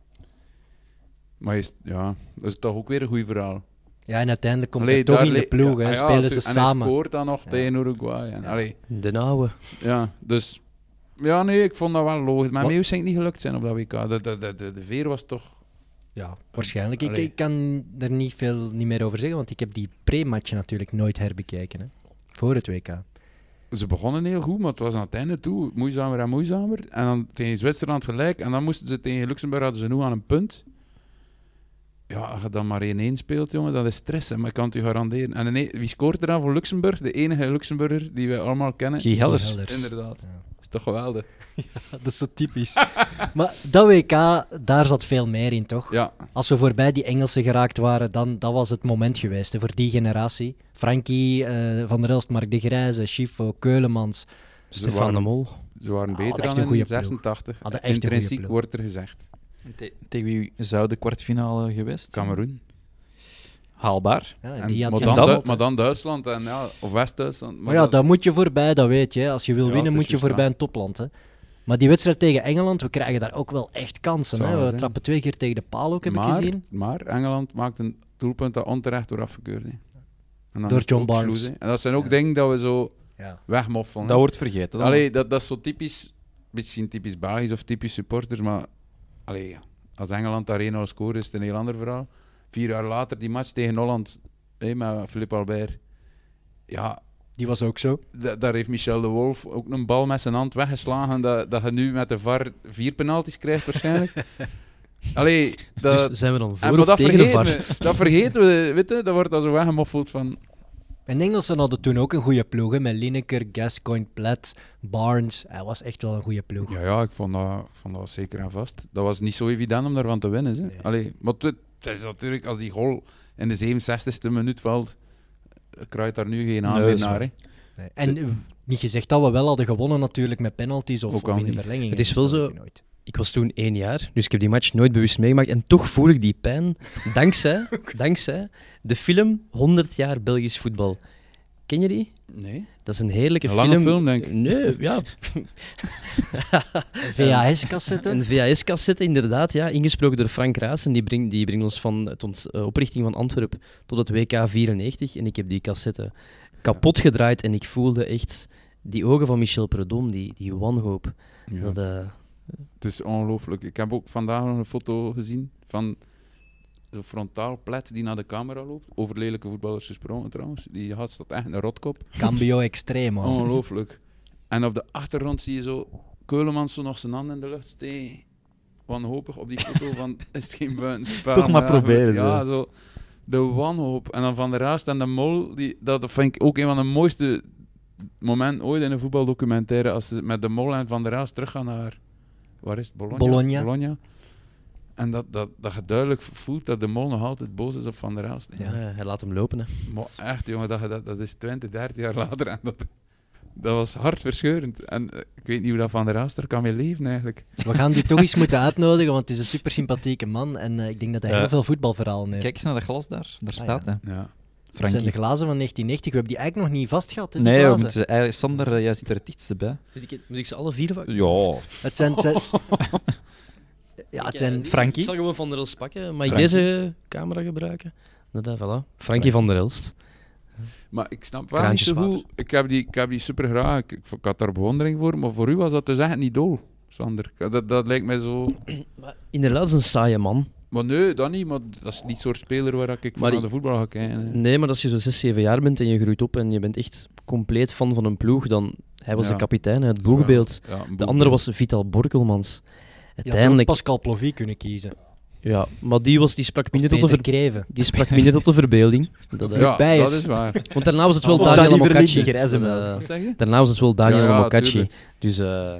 S4: Maar is, ja, dat is toch ook weer een goed verhaal.
S3: Ja, en uiteindelijk komt
S4: Allee,
S3: hij toch
S4: daar
S3: in de
S4: le-
S3: ploeg
S4: ja,
S3: en
S4: ja,
S3: spelen ze
S4: tu- En hij
S3: samen.
S4: scoort dan nog tegen Uruguay. En, allee,
S5: De nauwe.
S4: ja, dus... Ja, nee, ik vond dat wel logisch. Maar
S3: Wat-
S4: Meeuws ging niet gelukt zijn op dat WK. De, de, de, de, de veer was toch...
S3: Ja, waarschijnlijk. Ik,
S4: Allee.
S3: ik kan er niet veel niet meer over zeggen, want ik heb die pre-match natuurlijk nooit herbekeken. Hè. Voor het WK.
S4: Ze begonnen heel goed, maar het was aan het einde toe moeizamer en moeizamer. En dan tegen Zwitserland gelijk. En dan moesten ze tegen Luxemburg, hadden ze nu aan een punt. Ja, als je dan maar 1-1 speelt, jongen, dat is stressen. Maar ik kan het u garanderen. En ene- wie scoort er dan voor Luxemburg? De enige Luxemburger die wij allemaal kennen.
S6: Guy Hellers.
S4: Inderdaad.
S3: Ja.
S4: is toch geweldig.
S3: Dat is zo typisch. maar dat WK, daar zat veel meer in, toch?
S4: Ja,
S3: Als we voorbij die Engelsen geraakt waren, dan dat was het moment geweest hè, voor die generatie. Frankie, eh, Van der Elst, Mark de Grijze, Schifo, Keulemans.
S5: Stefan
S4: waren-
S5: de Mol.
S4: ze waren
S3: Ah,
S4: beter
S3: echt
S4: dan
S3: een
S4: in
S3: goeie ploeg.
S4: 86.
S3: Hadden echt een goeie
S4: Intrinsiek
S3: ploeg.
S4: wordt er gezegd.
S6: Te- tegen wie zou de kwartfinale geweest? zijn?
S4: Cameroen.
S6: Haalbaar.
S3: Ja,
S4: En-
S3: die had
S4: maar,
S3: je
S4: dan,
S6: en dat-
S4: Du- maar dan Duitsland en ja, of West-Duitsland.
S3: Maar ja, daar moet je voorbij, dat weet je. hè. Als je wil
S4: Ja,
S3: winnen,
S4: het is
S3: moet je
S4: juist
S3: voorbij
S4: waar.
S3: een topland. Hè. Maar die wedstrijd tegen Engeland, we krijgen daar ook wel echt kansen.
S4: Zou
S3: Hè. We
S4: zijn.
S3: trappen twee keer tegen de paal ook, heb
S4: maar,
S3: ik gezien.
S4: Maar Engeland maakt een doelpunt dat onterecht door afgekeurd. hè. En dan
S3: Door
S4: is het
S3: John
S4: ook
S3: Barnes.
S4: sloes, hè. en dat zijn ook
S3: Ja.
S4: dingen dat we zo
S3: Ja.
S4: Wegmoffelen. hè.
S6: Dat wordt vergeten. dan.
S4: Allee, dat, dat is zo typisch, misschien typisch Belgisch of typisch supporters, maar allee, ja. als Engeland daar 1-0 scoort, is het een heel ander verhaal. Vier jaar later, die match tegen Holland, hé, met Philippe Albert. Ja,
S3: Die was ook zo.
S4: da- daar heeft Michel de Wolf ook een bal met zijn hand weggeslagen, dat, dat je nu met de VAR vier penalties krijgt waarschijnlijk. Allee, dat...
S5: dus zijn we dan
S4: en-
S5: voor
S4: Ah, maar
S5: of
S4: dat
S5: tegen de
S4: vergeten,
S5: VAR?
S4: we, dat vergeten we, weet je, dat wordt dan zo weggemoffeld van...
S3: En de Engelsen hadden toen ook een goede ploeg. hè, Met Lineker, Gascoigne, Platt, Barnes. Hij was echt wel een goede ploeg.
S4: Ja, ja ik, vond dat, ik vond dat zeker en vast. Dat was niet zo evident om daarvan te winnen. Hè.
S3: Nee.
S4: Allee, maar het, het is natuurlijk, als die goal in de 67e minuut valt, kruidt daar nu geen aan
S6: Nee,
S4: meer
S6: dat is
S4: naar.
S6: waar.
S4: hè.
S3: Nee. En eh, niet gezegd dat we wel hadden gewonnen natuurlijk met penalties of,
S4: Ook
S3: of
S4: al
S3: in de
S4: niet.
S3: verlenging.
S5: Het is
S3: dus
S5: wel
S3: dat
S5: zo-
S3: weet je nooit.
S5: Ik was toen één jaar, dus ik heb die match nooit bewust meegemaakt. En toch voel ik die pijn dankzij, dankzij de film 100 jaar Belgisch voetbal. Ken je die?
S4: Nee.
S5: Dat is een heerlijke
S4: Een
S5: film.
S4: lange film, denk ik.
S5: Nee, ja.
S3: VHS-cassetten.
S5: Een VHS-cassette, inderdaad. Ja, ingesproken door Frank Raassen. Die brengt, die brengt ons van het ont- eh, oprichting van Antwerpen tot het WK 94. En ik heb die cassette kapot gedraaid. En ik voelde echt die ogen van Michel Predom, die, die wanhoop.
S4: Ja,
S5: Dat, eh,
S4: Het is ongelooflijk. Ik heb ook vandaag nog een foto gezien van zo'n frontaal plet die naar de camera loopt. Over lelijke voetballers gesprongen trouwens. Die had dat echt een rotkop.
S3: Cambio Extremo.
S4: Ongelooflijk. En op de achtergrond zie je zo Keulemans zo nog zijn hand in de lucht steken. Wanhopig op die foto van is het geen buitenspel.
S6: Toch maar
S4: Ja,
S6: proberen,
S4: Ja, zo. De wanhoop. En dan Van der Raast en de Mol, die, dat vind ik ook een van de mooiste momenten ooit in een voetbaldocumentaire. Als ze met de Mol en Van der Raast teruggaan naar, waar is het? Bologna?
S3: Bologna.
S4: En dat, dat, dat je duidelijk voelt dat de Mol nog altijd boos is op Van der Raast.
S3: Ja.
S5: eh, hij laat hem lopen. Hè.
S4: Maar echt, jongen, dat, je dat, dat is 20, 30 jaar later. En dat, dat was hartverscheurend. En eh, ik weet niet hoe dat van de raaster kan mee leven eigenlijk.
S3: We gaan die toch eens moeten uitnodigen, want het is een super sympathieke man. En eh, ik denk dat hij
S6: Ja.
S3: heel veel voetbalverhalen heeft.
S6: Kijk eens naar dat glas daar. Daar
S3: Ah,
S6: staat
S3: ja.
S6: hij.
S4: Ja.
S3: dat zijn
S6: Frankie.
S3: de glazen van 1990. We hebben die eigenlijk nog niet vast gehad. Hè, die
S6: Nee, we
S3: glazen.
S6: moeten ze, eigenlijk- Sander, eh, jij zit er het dichtste bij.
S5: Moet ik- Moet ik ze alle vier pakken?
S6: Ja,
S3: Het zijn... het zijn- ja, het zijn...
S5: Ik, eh,
S6: Frankie?
S5: Ik zal gewoon Van der Elst pakken. Mag ik
S6: Frankie.
S5: deze eh, camera gebruiken? Inderdaad, voilà. Frankie van der Elst.
S4: Maar ik snap wel niet
S5: Kraantjes
S4: zo goed.
S5: water.
S4: Ik heb, die, ik heb die super graag. Ik, ik had daar bewondering voor. Maar voor u was dat dus echt niet dol, Sander. Ik- Dat, dat lijkt mij zo...
S5: Inderdaad, is een saaie man.
S4: Maar nee, dat niet. Maar dat is niet het soort speler waar ik
S5: Maar
S4: van
S5: die-
S4: aan de voetbal ga kijken. hè.
S5: Nee, maar als je zo 6, 7 jaar bent en je groeit op en je bent echt compleet fan van een ploeg, dan... Hij was
S4: Ja.
S5: de kapitein, hè, het boegbeeld.
S4: Ja, een
S5: De
S4: boel.
S5: andere was Vital Borkelmans.
S3: Je had ook
S5: Uiteindelijk...
S3: Pascal Plovy kunnen kiezen.
S5: Ja, maar die, was, die sprak minder tot de,
S3: Peter
S5: ver-
S3: Kreven.
S5: die sprak minder tot de verbeelding. Dat, eh,
S4: Ja,
S3: Bijes.
S4: dat is waar.
S5: Want daarna was het
S6: Oh,
S5: wel
S3: Of
S5: Daniel
S3: Danny
S5: Mokatje.
S3: Verlinden, Grijzenbuis.
S5: Eh,
S4: zeg je?
S5: daarna was het wel Daniel
S4: Ja, ja,
S5: Mokatje.
S4: tuurlijk.
S5: Dus... eh,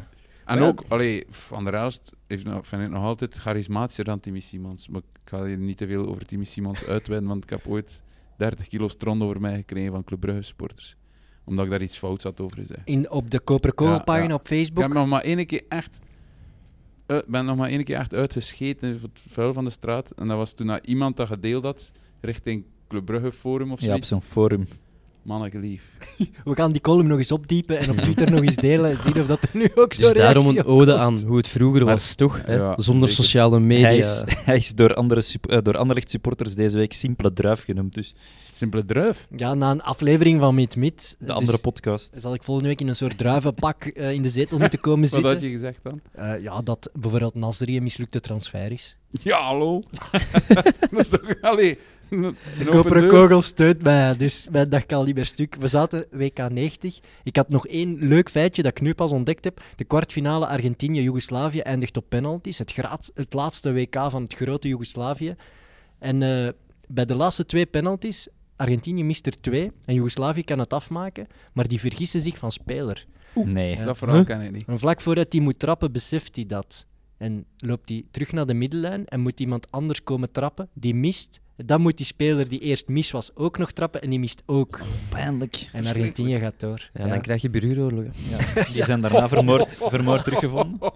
S4: En
S5: Ja.
S4: ook, allee, Van der Elst heeft, nog- vind ik nog altijd charismatischer dan Timmy Simons. Maar ik ga hier niet te veel over Timmy Simons uitweiden, want ik heb ooit 30 kilo stront over mij gekregen van Club Brugge supporters. Omdat ik daar iets fouts had over gezegd.
S3: In, op de Koper
S4: Ja, ja.
S3: pagina op
S4: Ik
S3: Facebook.
S4: heb nog maar één keer echt... eh, ben nog maar één keer echt uitgescheten voor het vuil van de straat. En dat was toen dat iemand dat gedeeld had, richting Club Brugge Forum of
S6: ja op
S4: zoiets.
S6: zo'n forum.
S4: Manneke lief.
S3: We gaan die column nog eens opdiepen en op Twitter nog eens delen. En zien of dat er nu ook zo'n
S5: Dus daarom
S3: reactie
S5: een
S3: op
S5: ode
S3: komt.
S5: aan hoe het vroeger
S6: Maar-
S5: was, toch? Hè?
S4: Ja,
S5: Zonder
S4: zeker.
S5: sociale media.
S6: Hij is, hij is door, andere, sup- eh, door Anderlecht supporters deze week simpele druif genoemd. Dus
S4: Simpele druif.
S3: Ja, na een aflevering van Meet Meet. dus
S6: de andere podcast.
S3: Zal ik volgende week in een soort druivenpak eh, in de zetel moeten komen
S4: Wat
S3: zitten?
S4: had je gezegd dan?
S3: Eh, ja, dat bijvoorbeeld Nasri een mislukte transfer is.
S4: Ja, hallo. dat is toch... Allee. een- een open
S3: Koperen
S4: deur.
S3: kogel steunt mij, dus mijn dag kan niet meer stuk. We zaten WK90. Ik had nog één leuk feitje dat ik nu pas ontdekt heb. De kwartfinale Argentinië-Joegoslavië eindigt op penalties. Het, graat- het laatste WK van het grote Joegoslavië. En eh, bij de laatste twee penalties, Argentinië mist er twee en Joegoslavië kan het afmaken, maar die vergissen zich van speler.
S6: Nee.
S3: Ja.
S4: Dat verhaal
S3: Huh?
S4: kan ik niet.
S3: En vlak voordat hij moet trappen, beseft hij dat. En loopt hij terug naar de middenlijn en moet iemand anders komen trappen. Die mist. Dan moet die speler die eerst mis was ook nog trappen en die mist ook.
S6: Pijnlijk.
S3: En Argentinië gaat door.
S5: ja, dan krijg je burgeroorlogen.
S6: Die zijn daarna vermoord, vermoord teruggevonden.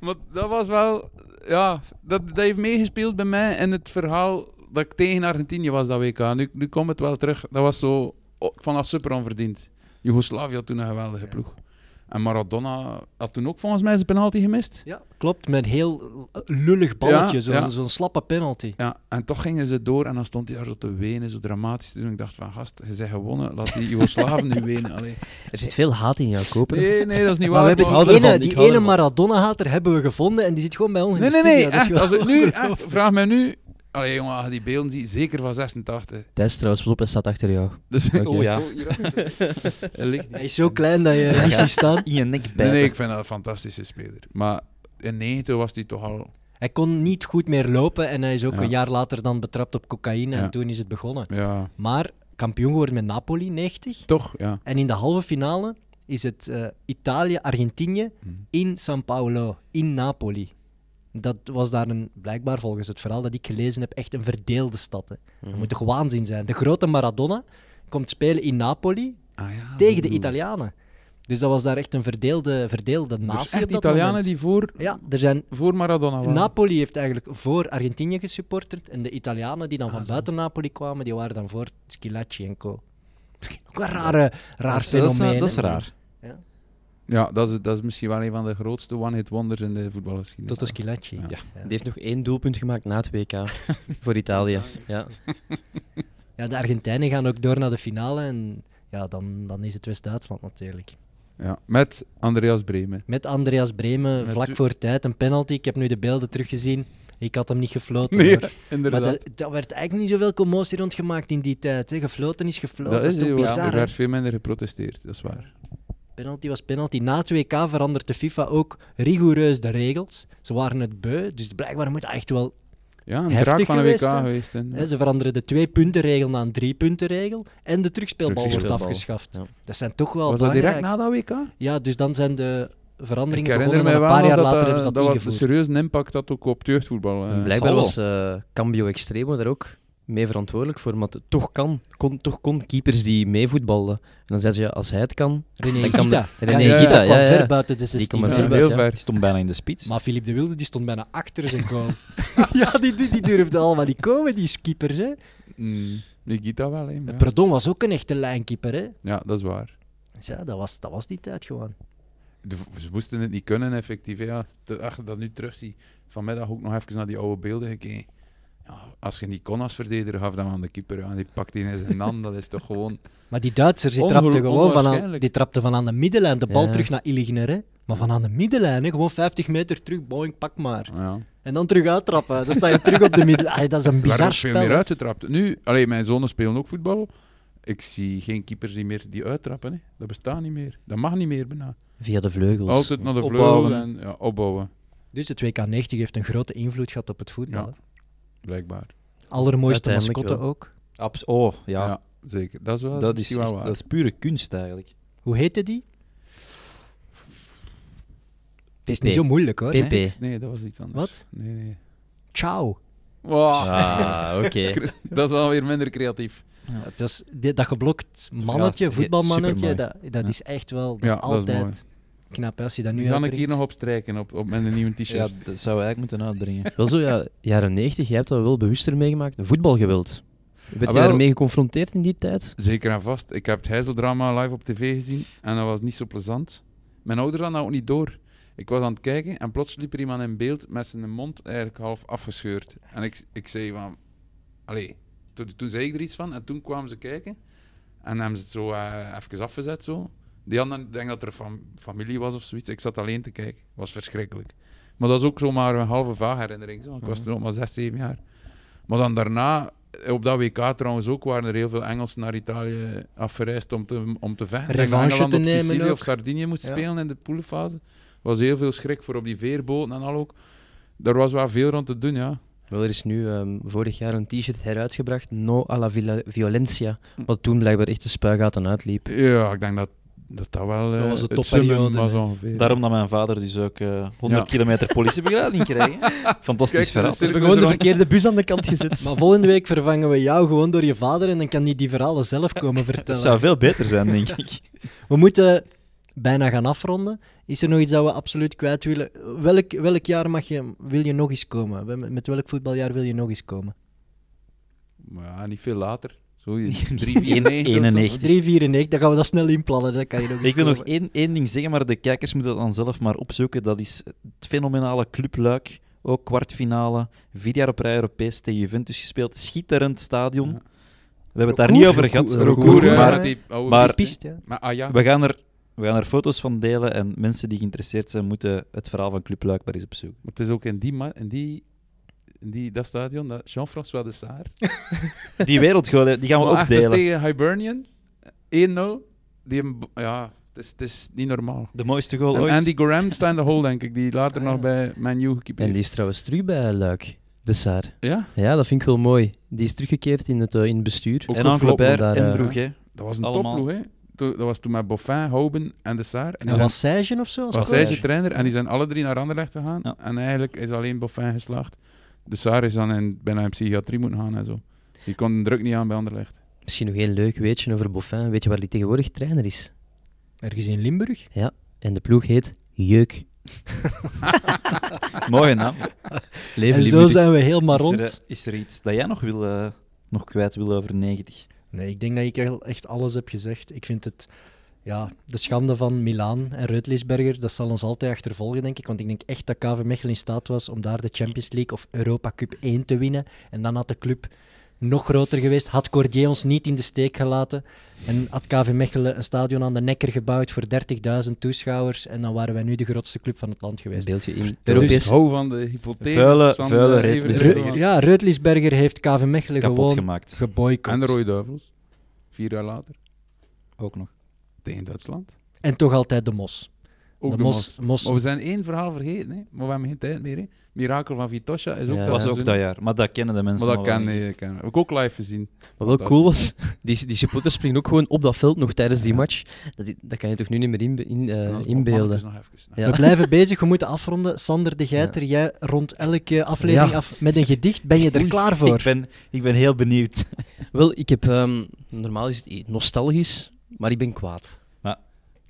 S4: Maar dat was wel... Ja, dat, dat heeft meegespeeld bij mij in het verhaal dat ik tegen Argentinië was dat WK. Nu, nu komt het wel terug. Dat was zo... oh, ik vond dat super onverdiend. Joegoslavië had toen een geweldige ploeg. En Maradona had toen ook volgens mij zijn penalty gemist.
S3: Ja, klopt. Met een heel lullig balletje,
S4: Ja,
S3: zo'n
S4: ja.
S3: zo'n slappe penalty.
S4: Ja, en toch gingen ze door en dan stond hij daar zo te wenen, zo dramatisch. Toen ik dacht van, gast, je bent gewonnen, laat die Joegoslaven nu wenen. Allee.
S5: Er zit veel haat in jouw koper.
S4: Nee, nee, dat is niet
S3: Maar
S4: waar.
S3: we hebben
S5: ik hou
S3: die ene,
S5: ervan, ik
S3: die
S5: hou
S3: ene
S5: ervan.
S3: Maradona-hater hebben we gevonden en die zit gewoon bij ons in
S4: Nee,
S3: de
S4: nee,
S3: studio.
S4: nee,
S3: Dat is
S4: echt.
S3: wel-
S4: Als ik nu, echt, vraag mij nu... Allee, jongen, als je die beelden ziet, zeker van 86.
S5: Thijs, trouwens, pas op, hij staat achter jou.
S4: Dus,
S5: Oké.
S4: oh,
S6: Ja.
S4: oh, hier. Hij ligt
S3: Hij is zo klein dat je hem niet ziet staan.
S6: In je nek bijten.
S4: Nee, nee, ik vind dat een fantastische speler. Maar in 90 was hij toch al...
S3: Hij kon niet goed meer lopen en hij is ook
S4: Ja.
S3: een jaar later dan betrapt op cocaïne
S4: Ja.
S3: en toen is het begonnen.
S4: Ja,
S3: Maar kampioen geworden met Napoli, 90.
S4: toch, ja.
S3: En in de halve finale is het eh, Italië-Argentinië
S4: Mhm.
S3: in San Paolo, in Napoli. Dat was daar een, blijkbaar volgens het verhaal dat ik gelezen heb, echt een verdeelde stad. Hè.
S4: Mhm.
S3: Dat moet toch waanzin zijn? De grote Maradona komt spelen in Napoli
S4: Ah, ja
S3: tegen de
S4: bedoel-
S3: Italianen. Dus dat was daar echt een verdeelde, verdeelde
S4: Dus
S3: natie
S4: echt
S3: op dat
S4: Italianen
S3: moment.
S4: die voor,
S3: Ja, er zijn...
S4: voor Maradona waren.
S3: Napoli heeft eigenlijk voor Argentinië gesupporterd en de Italianen die dan
S4: Ah,
S3: van
S4: zo.
S3: buiten Napoli kwamen, die waren dan voor Schilacci en co. Ook een rare, raar
S6: Dat is- dat is-
S3: fenomeen.
S6: Dat is
S3: hè.
S6: raar.
S4: Ja, dat is, dat is misschien wel een van de grootste one-hit wonders in de voetbalgeschiedenis.
S3: Toto Schilacci.
S4: Ja.
S3: Ja.
S5: Die heeft nog één doelpunt gemaakt na het WK voor Italië.
S4: Eh,
S5: Ja.
S3: de Argentijnen gaan ook door naar de finale en ja, dan, dan is het West-Duitsland natuurlijk.
S4: Ja, met Andreas Bremen.
S3: Met Andreas Bremen
S4: Met
S3: vlak
S4: u-
S3: voor tijd een penalty. Ik heb nu de beelden teruggezien. Ik had hem niet gefloten.
S4: Nee,
S3: maar maar
S4: inderdaad.
S3: dat, daar werd eigenlijk niet zoveel commotie rondgemaakt in die tijd. Hè. Gefloten is gefloten.
S4: dat is
S3: toch
S4: heel waar.
S3: bizar,
S4: Er
S3: hè?
S4: werd veel minder geprotesteerd, dat is waar.
S3: Penalty was penalty. Na het WK verandert de FIFA ook rigoureus de regels. Ze waren het beu, dus blijkbaar moet dat echt wel...
S4: Ja, een
S3: Heftig
S4: draak van een WK
S3: geweest, hè?
S4: geweest. En,
S3: Hè, ze veranderen de twee-puntenregel naar een drie-puntenregel. En de terugspeelbal wordt
S5: Terugspeelbal,
S3: afgeschaft.
S5: ja.
S3: Dat zijn toch wel
S4: was dat
S3: belangrijk...
S4: direct na dat WK?
S3: Ja, dus dan zijn de
S4: Ik
S3: veranderingen
S4: herinner
S3: begonnen
S4: mij
S3: en een
S4: wel
S3: paar jaar
S4: dat
S3: later
S4: dat,
S3: hebben ze
S4: dat
S3: dat
S4: wat
S3: ingevoerd.
S4: serieus een impact had ook op jeugdvoetbal. eh.
S5: Blijkbaar
S6: zal wel.
S5: was eh, Cambio Extremo daar ook mee verantwoordelijk voor, maar het toch, kan, kon, toch kon keepers die meevoetbalden. En dan zeiden ze, ja, als hij het kan,
S3: René
S5: Dan kan
S3: Gita.
S5: de- René
S3: ja,
S5: Gita,
S3: kwam
S5: ja, ja.
S3: ver buiten de
S5: die
S3: 16.
S5: komt maar
S4: Ja,
S5: veel
S4: heel
S5: ja.
S4: ver.
S6: Die stond bijna in de spits.
S3: Maar Philippe de Wilde die stond bijna achter zijn goal. ja, die, die, die durfde allemaal niet komen, die keepers. Hè.
S4: Mm, Nikita wel, hè. maar ja.
S3: Perdon was ook een echte lijnkeeper. Hè.
S4: Ja, dat is waar.
S3: Dus ja, dat was, dat was die tijd gewoon.
S4: De v- ze moesten het niet kunnen, effectief. hè. Ja, Te- als je dat nu terugziet, vanmiddag ook nog even naar die oude beelden gekeken. Ja, als je niet kon als verdediger, gaf dan aan de keeper. Ja, die pakt die in zijn hand, dat is toch gewoon...
S3: Maar die Duitsers die
S4: Ongel-
S3: trapten gewoon van aan,
S4: onwaarschijnlijk.
S3: die trapten van aan de middenlijn de bal
S5: Ja.
S3: terug naar Illigner. Hè. Maar van aan de middenlijn, hè, gewoon 50 meter terug, boing, pak maar.
S4: Ja.
S3: En dan terug uittrappen. Dan sta je terug op de middenlijn. Ai, dat is een
S4: Er werden
S3: bizar
S4: ook veel
S3: spel.
S4: meer
S3: hè.
S4: uitgetrapt. Nu, alleen mijn zonen spelen ook voetbal. Ik zie geen keepers die meer die uittrappen. Hè. Dat bestaat niet meer. Dat mag niet meer bijna.
S5: via de vleugels.
S4: Altijd naar de vleugel
S6: Opbouwen.
S4: en ja, opbouwen,
S3: Dus het WK90 heeft een grote invloed gehad op het voetbal. hè.
S4: Ja. blijkbaar.
S3: Allermooiste
S5: Uiteindelijk
S3: mascotte
S5: wel.
S3: ook.
S6: Abs- oh,
S4: Ja,
S6: ja.
S4: zeker. Dat is wel
S6: dat, is
S4: misschien wel
S6: echt-
S4: waar.
S6: dat is pure kunst eigenlijk.
S3: Hoe heette die? Het is
S5: PP.
S3: niet zo moeilijk hoor.
S5: PP.
S4: Nee, nee, dat was iets anders.
S3: Wat?
S4: Nee, nee.
S3: Ciao.
S4: Wow.
S5: Ah, oké.
S4: Dat is wel weer minder creatief.
S3: Dat, is, dit- dat geblokt mannetje,
S6: Ja,
S3: voetbalmannetje,
S6: supermooi.
S3: dat, dat
S6: Ja.
S3: is echt wel
S4: Ja, dat is
S3: altijd knap. hè, Als je dat nu
S4: Nu ga ik
S3: uitbrengt.
S4: hier nog op strijken op, op mijn nieuwe
S6: Ja,
S4: t-shirt.
S6: dat zou we eigenlijk moeten uitbrengen.
S5: Wel zo, ja, jaren 90, jij hebt dat wel bewuster meegemaakt. Voetbalgeweld. Werd
S4: Ah,
S5: je
S4: wel.
S5: daarmee geconfronteerd in die tijd?
S4: Zeker en vast. Ik heb het Heizeldrama live op tv gezien en dat was niet zo plezant. Mijn ouders hadden dat ook niet door. Ik was aan het kijken en plots liep er iemand in beeld met zijn mond eigenlijk half afgescheurd. En ik, ik zei van... Allee, toen, toen zei ik er iets van en toen kwamen ze kijken. En hebben ze het zo eh, even afgezet zo. Die hadden, ik denk dat er fam- familie was of zoiets. Ik zat alleen te kijken. was verschrikkelijk. Maar dat is ook zomaar een halve vaag herinnering. Zo. want Ik
S3: Mhm.
S4: was toen ook maar zes, zeven jaar. Maar dan daarna, eh, op dat WK trouwens ook, waren er heel veel Engelsen naar Italië afgereisd om te, om te vechten. Ik denk dat
S3: Revanche
S4: Engeland
S3: te
S4: op
S3: nemen
S4: Sicilië
S3: ook.
S4: of Sardinië moest
S3: Ja.
S4: spelen in de poolfase. was heel veel schrik voor op die veerboten en al ook. Er was wel veel rond te doen, ja.
S5: Wel, er is nu ehm, vorig jaar een t-shirt heruitgebracht, No alla Villa- Violencia, wat toen blijkbaar echt de spuigaten uitliep.
S4: Ja, ik denk dat dat, dat wel eh,
S3: Dat was de
S4: het
S3: topperiode,
S4: summum was
S3: hè.
S4: ongeveer.
S6: Daarom dat mijn vader dus ook eh, 100
S4: Ja.
S6: kilometer politiebegeleiding kreeg. hè.
S4: Kijk,
S6: Fantastisch verhaal.
S4: dat is er- gewoon de
S5: verkeerde bus aan de kant gezet.
S3: Maar volgende week vervangen we jou gewoon door je vader en dan kan hij die verhalen zelf komen
S6: Dat
S3: vertellen.
S6: zou veel beter zijn, denk ik.
S3: We moeten bijna gaan afronden. Is er nog iets dat we absoluut kwijt willen? Welk, welk jaar mag je, wil je nog eens komen? Wel- Met welk voetbaljaar wil je nog eens komen?
S4: Maar ja, niet veel later. Zo, je- 394 of zo.
S6: 91.
S3: 3, 4 en 9, dan gaan we dat snel inplannen. Dan kan je nog eens
S6: Ik wil nog
S3: komen.
S6: één, één ding zeggen, maar de kijkers moeten dat dan zelf maar opzoeken. Dat is het fenomenale Club Luik. Ook kwartfinale, vier jaar op rij Europees tegen Juventus gespeeld. Schitterend stadion.
S4: Ja.
S6: We hebben het daar niet over
S3: Recour,
S6: gehad,
S3: recour,
S6: recour,
S3: recour,
S6: maar
S3: ja.
S6: maar-
S3: Die pist, ja.
S4: Maar ah ja,
S6: we gaan, er, we gaan er foto's van delen en mensen die geïnteresseerd zijn moeten het verhaal van Club Luik maar eens opzoeken.
S4: maar het is ook in die, ma- in die, in die dat stadion dat Jean-François de Saar.
S6: Die wereldgoal, hè, die gaan we
S4: Maar
S6: ook
S4: echt, dat is
S6: delen.
S4: tegen Hibernian 1-0. Die hem- ja, het is, het is niet normaal.
S6: De mooiste goal
S4: En
S6: ooit.
S4: Andy Graham staat in de hole, denk ik, die later
S6: Ah,
S4: nog bij Man U gekiept
S5: En die
S4: heeft.
S5: is trouwens terug bij Luik, de Saar.
S4: Ja,
S5: Ja, dat vind ik wel mooi. Die is teruggekeerd in het, eh, in het bestuur.
S4: Ook
S6: en
S4: een flop,
S6: Anglebert
S5: daar,
S6: en
S5: eh,
S6: Droeg, hè.
S4: dat was een
S6: Allemaal.
S4: topploeg, hè. Toen- Dat was toen met Boffin, Houben en de Saar. En die
S3: En
S4: zijn-
S3: Lassage of zo? als
S4: was
S3: coach?
S4: hij
S6: Lassage.
S4: de trainer en die zijn alle drie naar Anderlecht gegaan.
S6: Ja.
S4: En eigenlijk is alleen Boffin geslaagd. De Saar is dan in, bijna in psychiatrie moeten gaan en zo. Die kon de druk niet aan bij Anderlecht.
S5: Misschien nog één leuk weetje over Boffin. Weet je waar die tegenwoordig trainer is?
S6: e-
S3: Ergens in Limburg?
S5: En de ploeg heet Jeuk.
S6: Mooie naam.
S5: Leven
S3: en zo
S5: Limburg.
S3: zijn we helemaal
S6: Is er,
S3: rond.
S6: eh, Is er iets dat jij nog, wil, eh, nog kwijt wil over 90?
S3: Nee, ik denk dat ik al echt alles heb gezegd. Ik vind het, ja, de schande van Milaan en Reutlisberger, dat zal ons altijd achtervolgen, denk ik. Want ik denk echt dat KV Mechelen in staat was om daar de Champions League of Europa Cup 1 te winnen. En dan had de club nog groter geweest. Had Cordier ons niet in de steek gelaten. En had KV Mechelen een stadion aan de Nekker gebouwd voor 30.000 toeschouwers. En dan waren wij nu de grootste club van het land geweest.
S5: Beeld je in.
S4: Dus
S5: Europees.
S4: hou van de hypothese.
S6: Vuile-
S4: van
S6: vuile
S4: eh,
S6: rit-
S4: Evert
S6: Ru-
S4: Rijman.
S3: Reu- Dus ja, Reutlisberger heeft KV Mechelen
S6: Kapot
S3: gewoon
S6: gemaakt.
S3: geboycott.
S4: En de Rode Duivels. Vier jaar later.
S6: Ook nog.
S4: Tegen Duitsland.
S3: En toch altijd de mos.
S4: Ook de, Mos.
S3: mos
S4: Maar we zijn één verhaal vergeten, hè. maar we hebben geen tijd meer. Hè. Mirakel van Vitosha is ook
S5: Ja,
S4: dat
S6: Dat was ook
S4: seizoen.
S6: dat jaar. Maar dat kennen de mensen
S4: Maar
S6: nog
S4: dat
S6: wel
S4: kan,
S6: niet.
S4: eh, kan. Heb ik ook live gezien.
S5: Wat wel cool was, die, die supporters springen ook gewoon op dat veld nog tijdens die match. Dat, die- dat kan je toch nu niet meer inbe- in, eh,
S4: Dat is
S5: inbeelden.
S4: mannetjes dus nog even.
S5: Ja.
S3: We blijven bezig, we moeten afronden. Sander de Geiter, jij rond elke aflevering
S5: Ja.
S3: af met een gedicht. Ben je er klaar
S6: Ik
S3: voor?
S6: ben, ik ben heel benieuwd.
S5: Wel, ik heb... ehm, normaal is het nostalgisch, maar ik ben kwaad.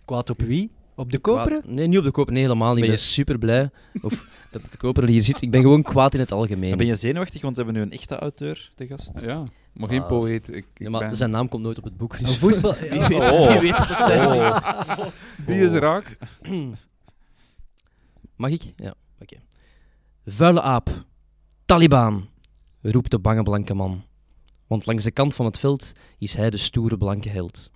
S3: Kwaad op wie? Op de koperen?
S5: Kwaad- Nee, niet op de koper. Nee, helemaal niet. Ik
S6: Ben
S5: ben
S6: je-
S5: super blij of dat de koper hier zit. Ik ben gewoon kwaad in het algemeen.
S6: Ben je zenuwachtig, want we hebben nu een echte auteur te gast.
S4: Ja, maar geen
S5: Ah.
S4: poëet. Ik, ik
S5: Ja, maar
S4: ben-
S5: zijn naam komt nooit op het boek.
S3: Een
S5: Dus
S3: voetbal.
S5: wie weet,
S6: Oh.
S5: wie weet wat het thuis is.
S4: Oh. Die is raak.
S5: Mag ik? Ja, oké. Vuile aap, Taliban, roept de bange blanke man. Want langs de kant van het veld is hij de stoere blanke held.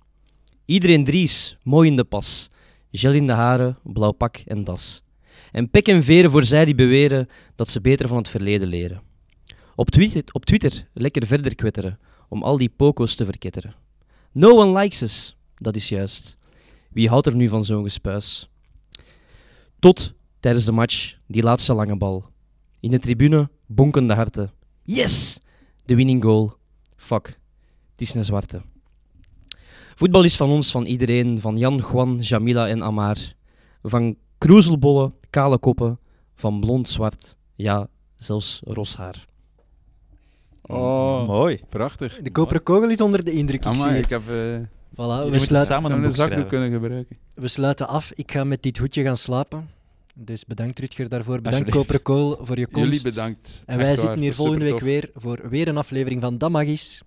S5: Iedereen dries, mooi in de pas. Gel in de haren, blauw pak en das. En pek en veren voor zij die beweren dat ze beter van het verleden leren. Op Twitter, op Twitter lekker verder kwetteren om al die poko's te verketteren. No one likes us, dat is juist. Wie houdt er nu van zo'n gespuis? Tot tijdens de match die laatste lange bal. In de tribune bonken de harten. Yes! De winning goal. Fuck. Het is een zwarte. Voetbal is van ons, van iedereen. Van Jan, Juan, Jamila en Amar. Van kroezelbollen, kale koppen. Van blond, zwart. Ja, zelfs roshaar.
S4: Oh.
S6: Mooi.
S4: Prachtig.
S3: De koperen kogel is onder de indruk. Ik zie
S4: Amai, ik
S3: het.
S4: heb eh
S3: Voilà, we,
S6: moeten
S3: sluit-
S6: samen een
S4: zo'n
S6: boek
S4: zakdoek
S6: schrijven.
S4: kunnen gebruiken.
S3: we sluiten af. Ik ga met dit hoedje gaan slapen. Dus bedankt Rutger daarvoor. Bedankt
S6: Alsjeblieft.
S3: koperen kogel voor je komst.
S4: Jullie bedankt.
S3: En
S4: Echt
S3: wij
S4: waar,
S3: zitten hier
S4: het was
S3: volgende week
S4: supertof.
S3: weer voor weer een aflevering van Dat Mag Is.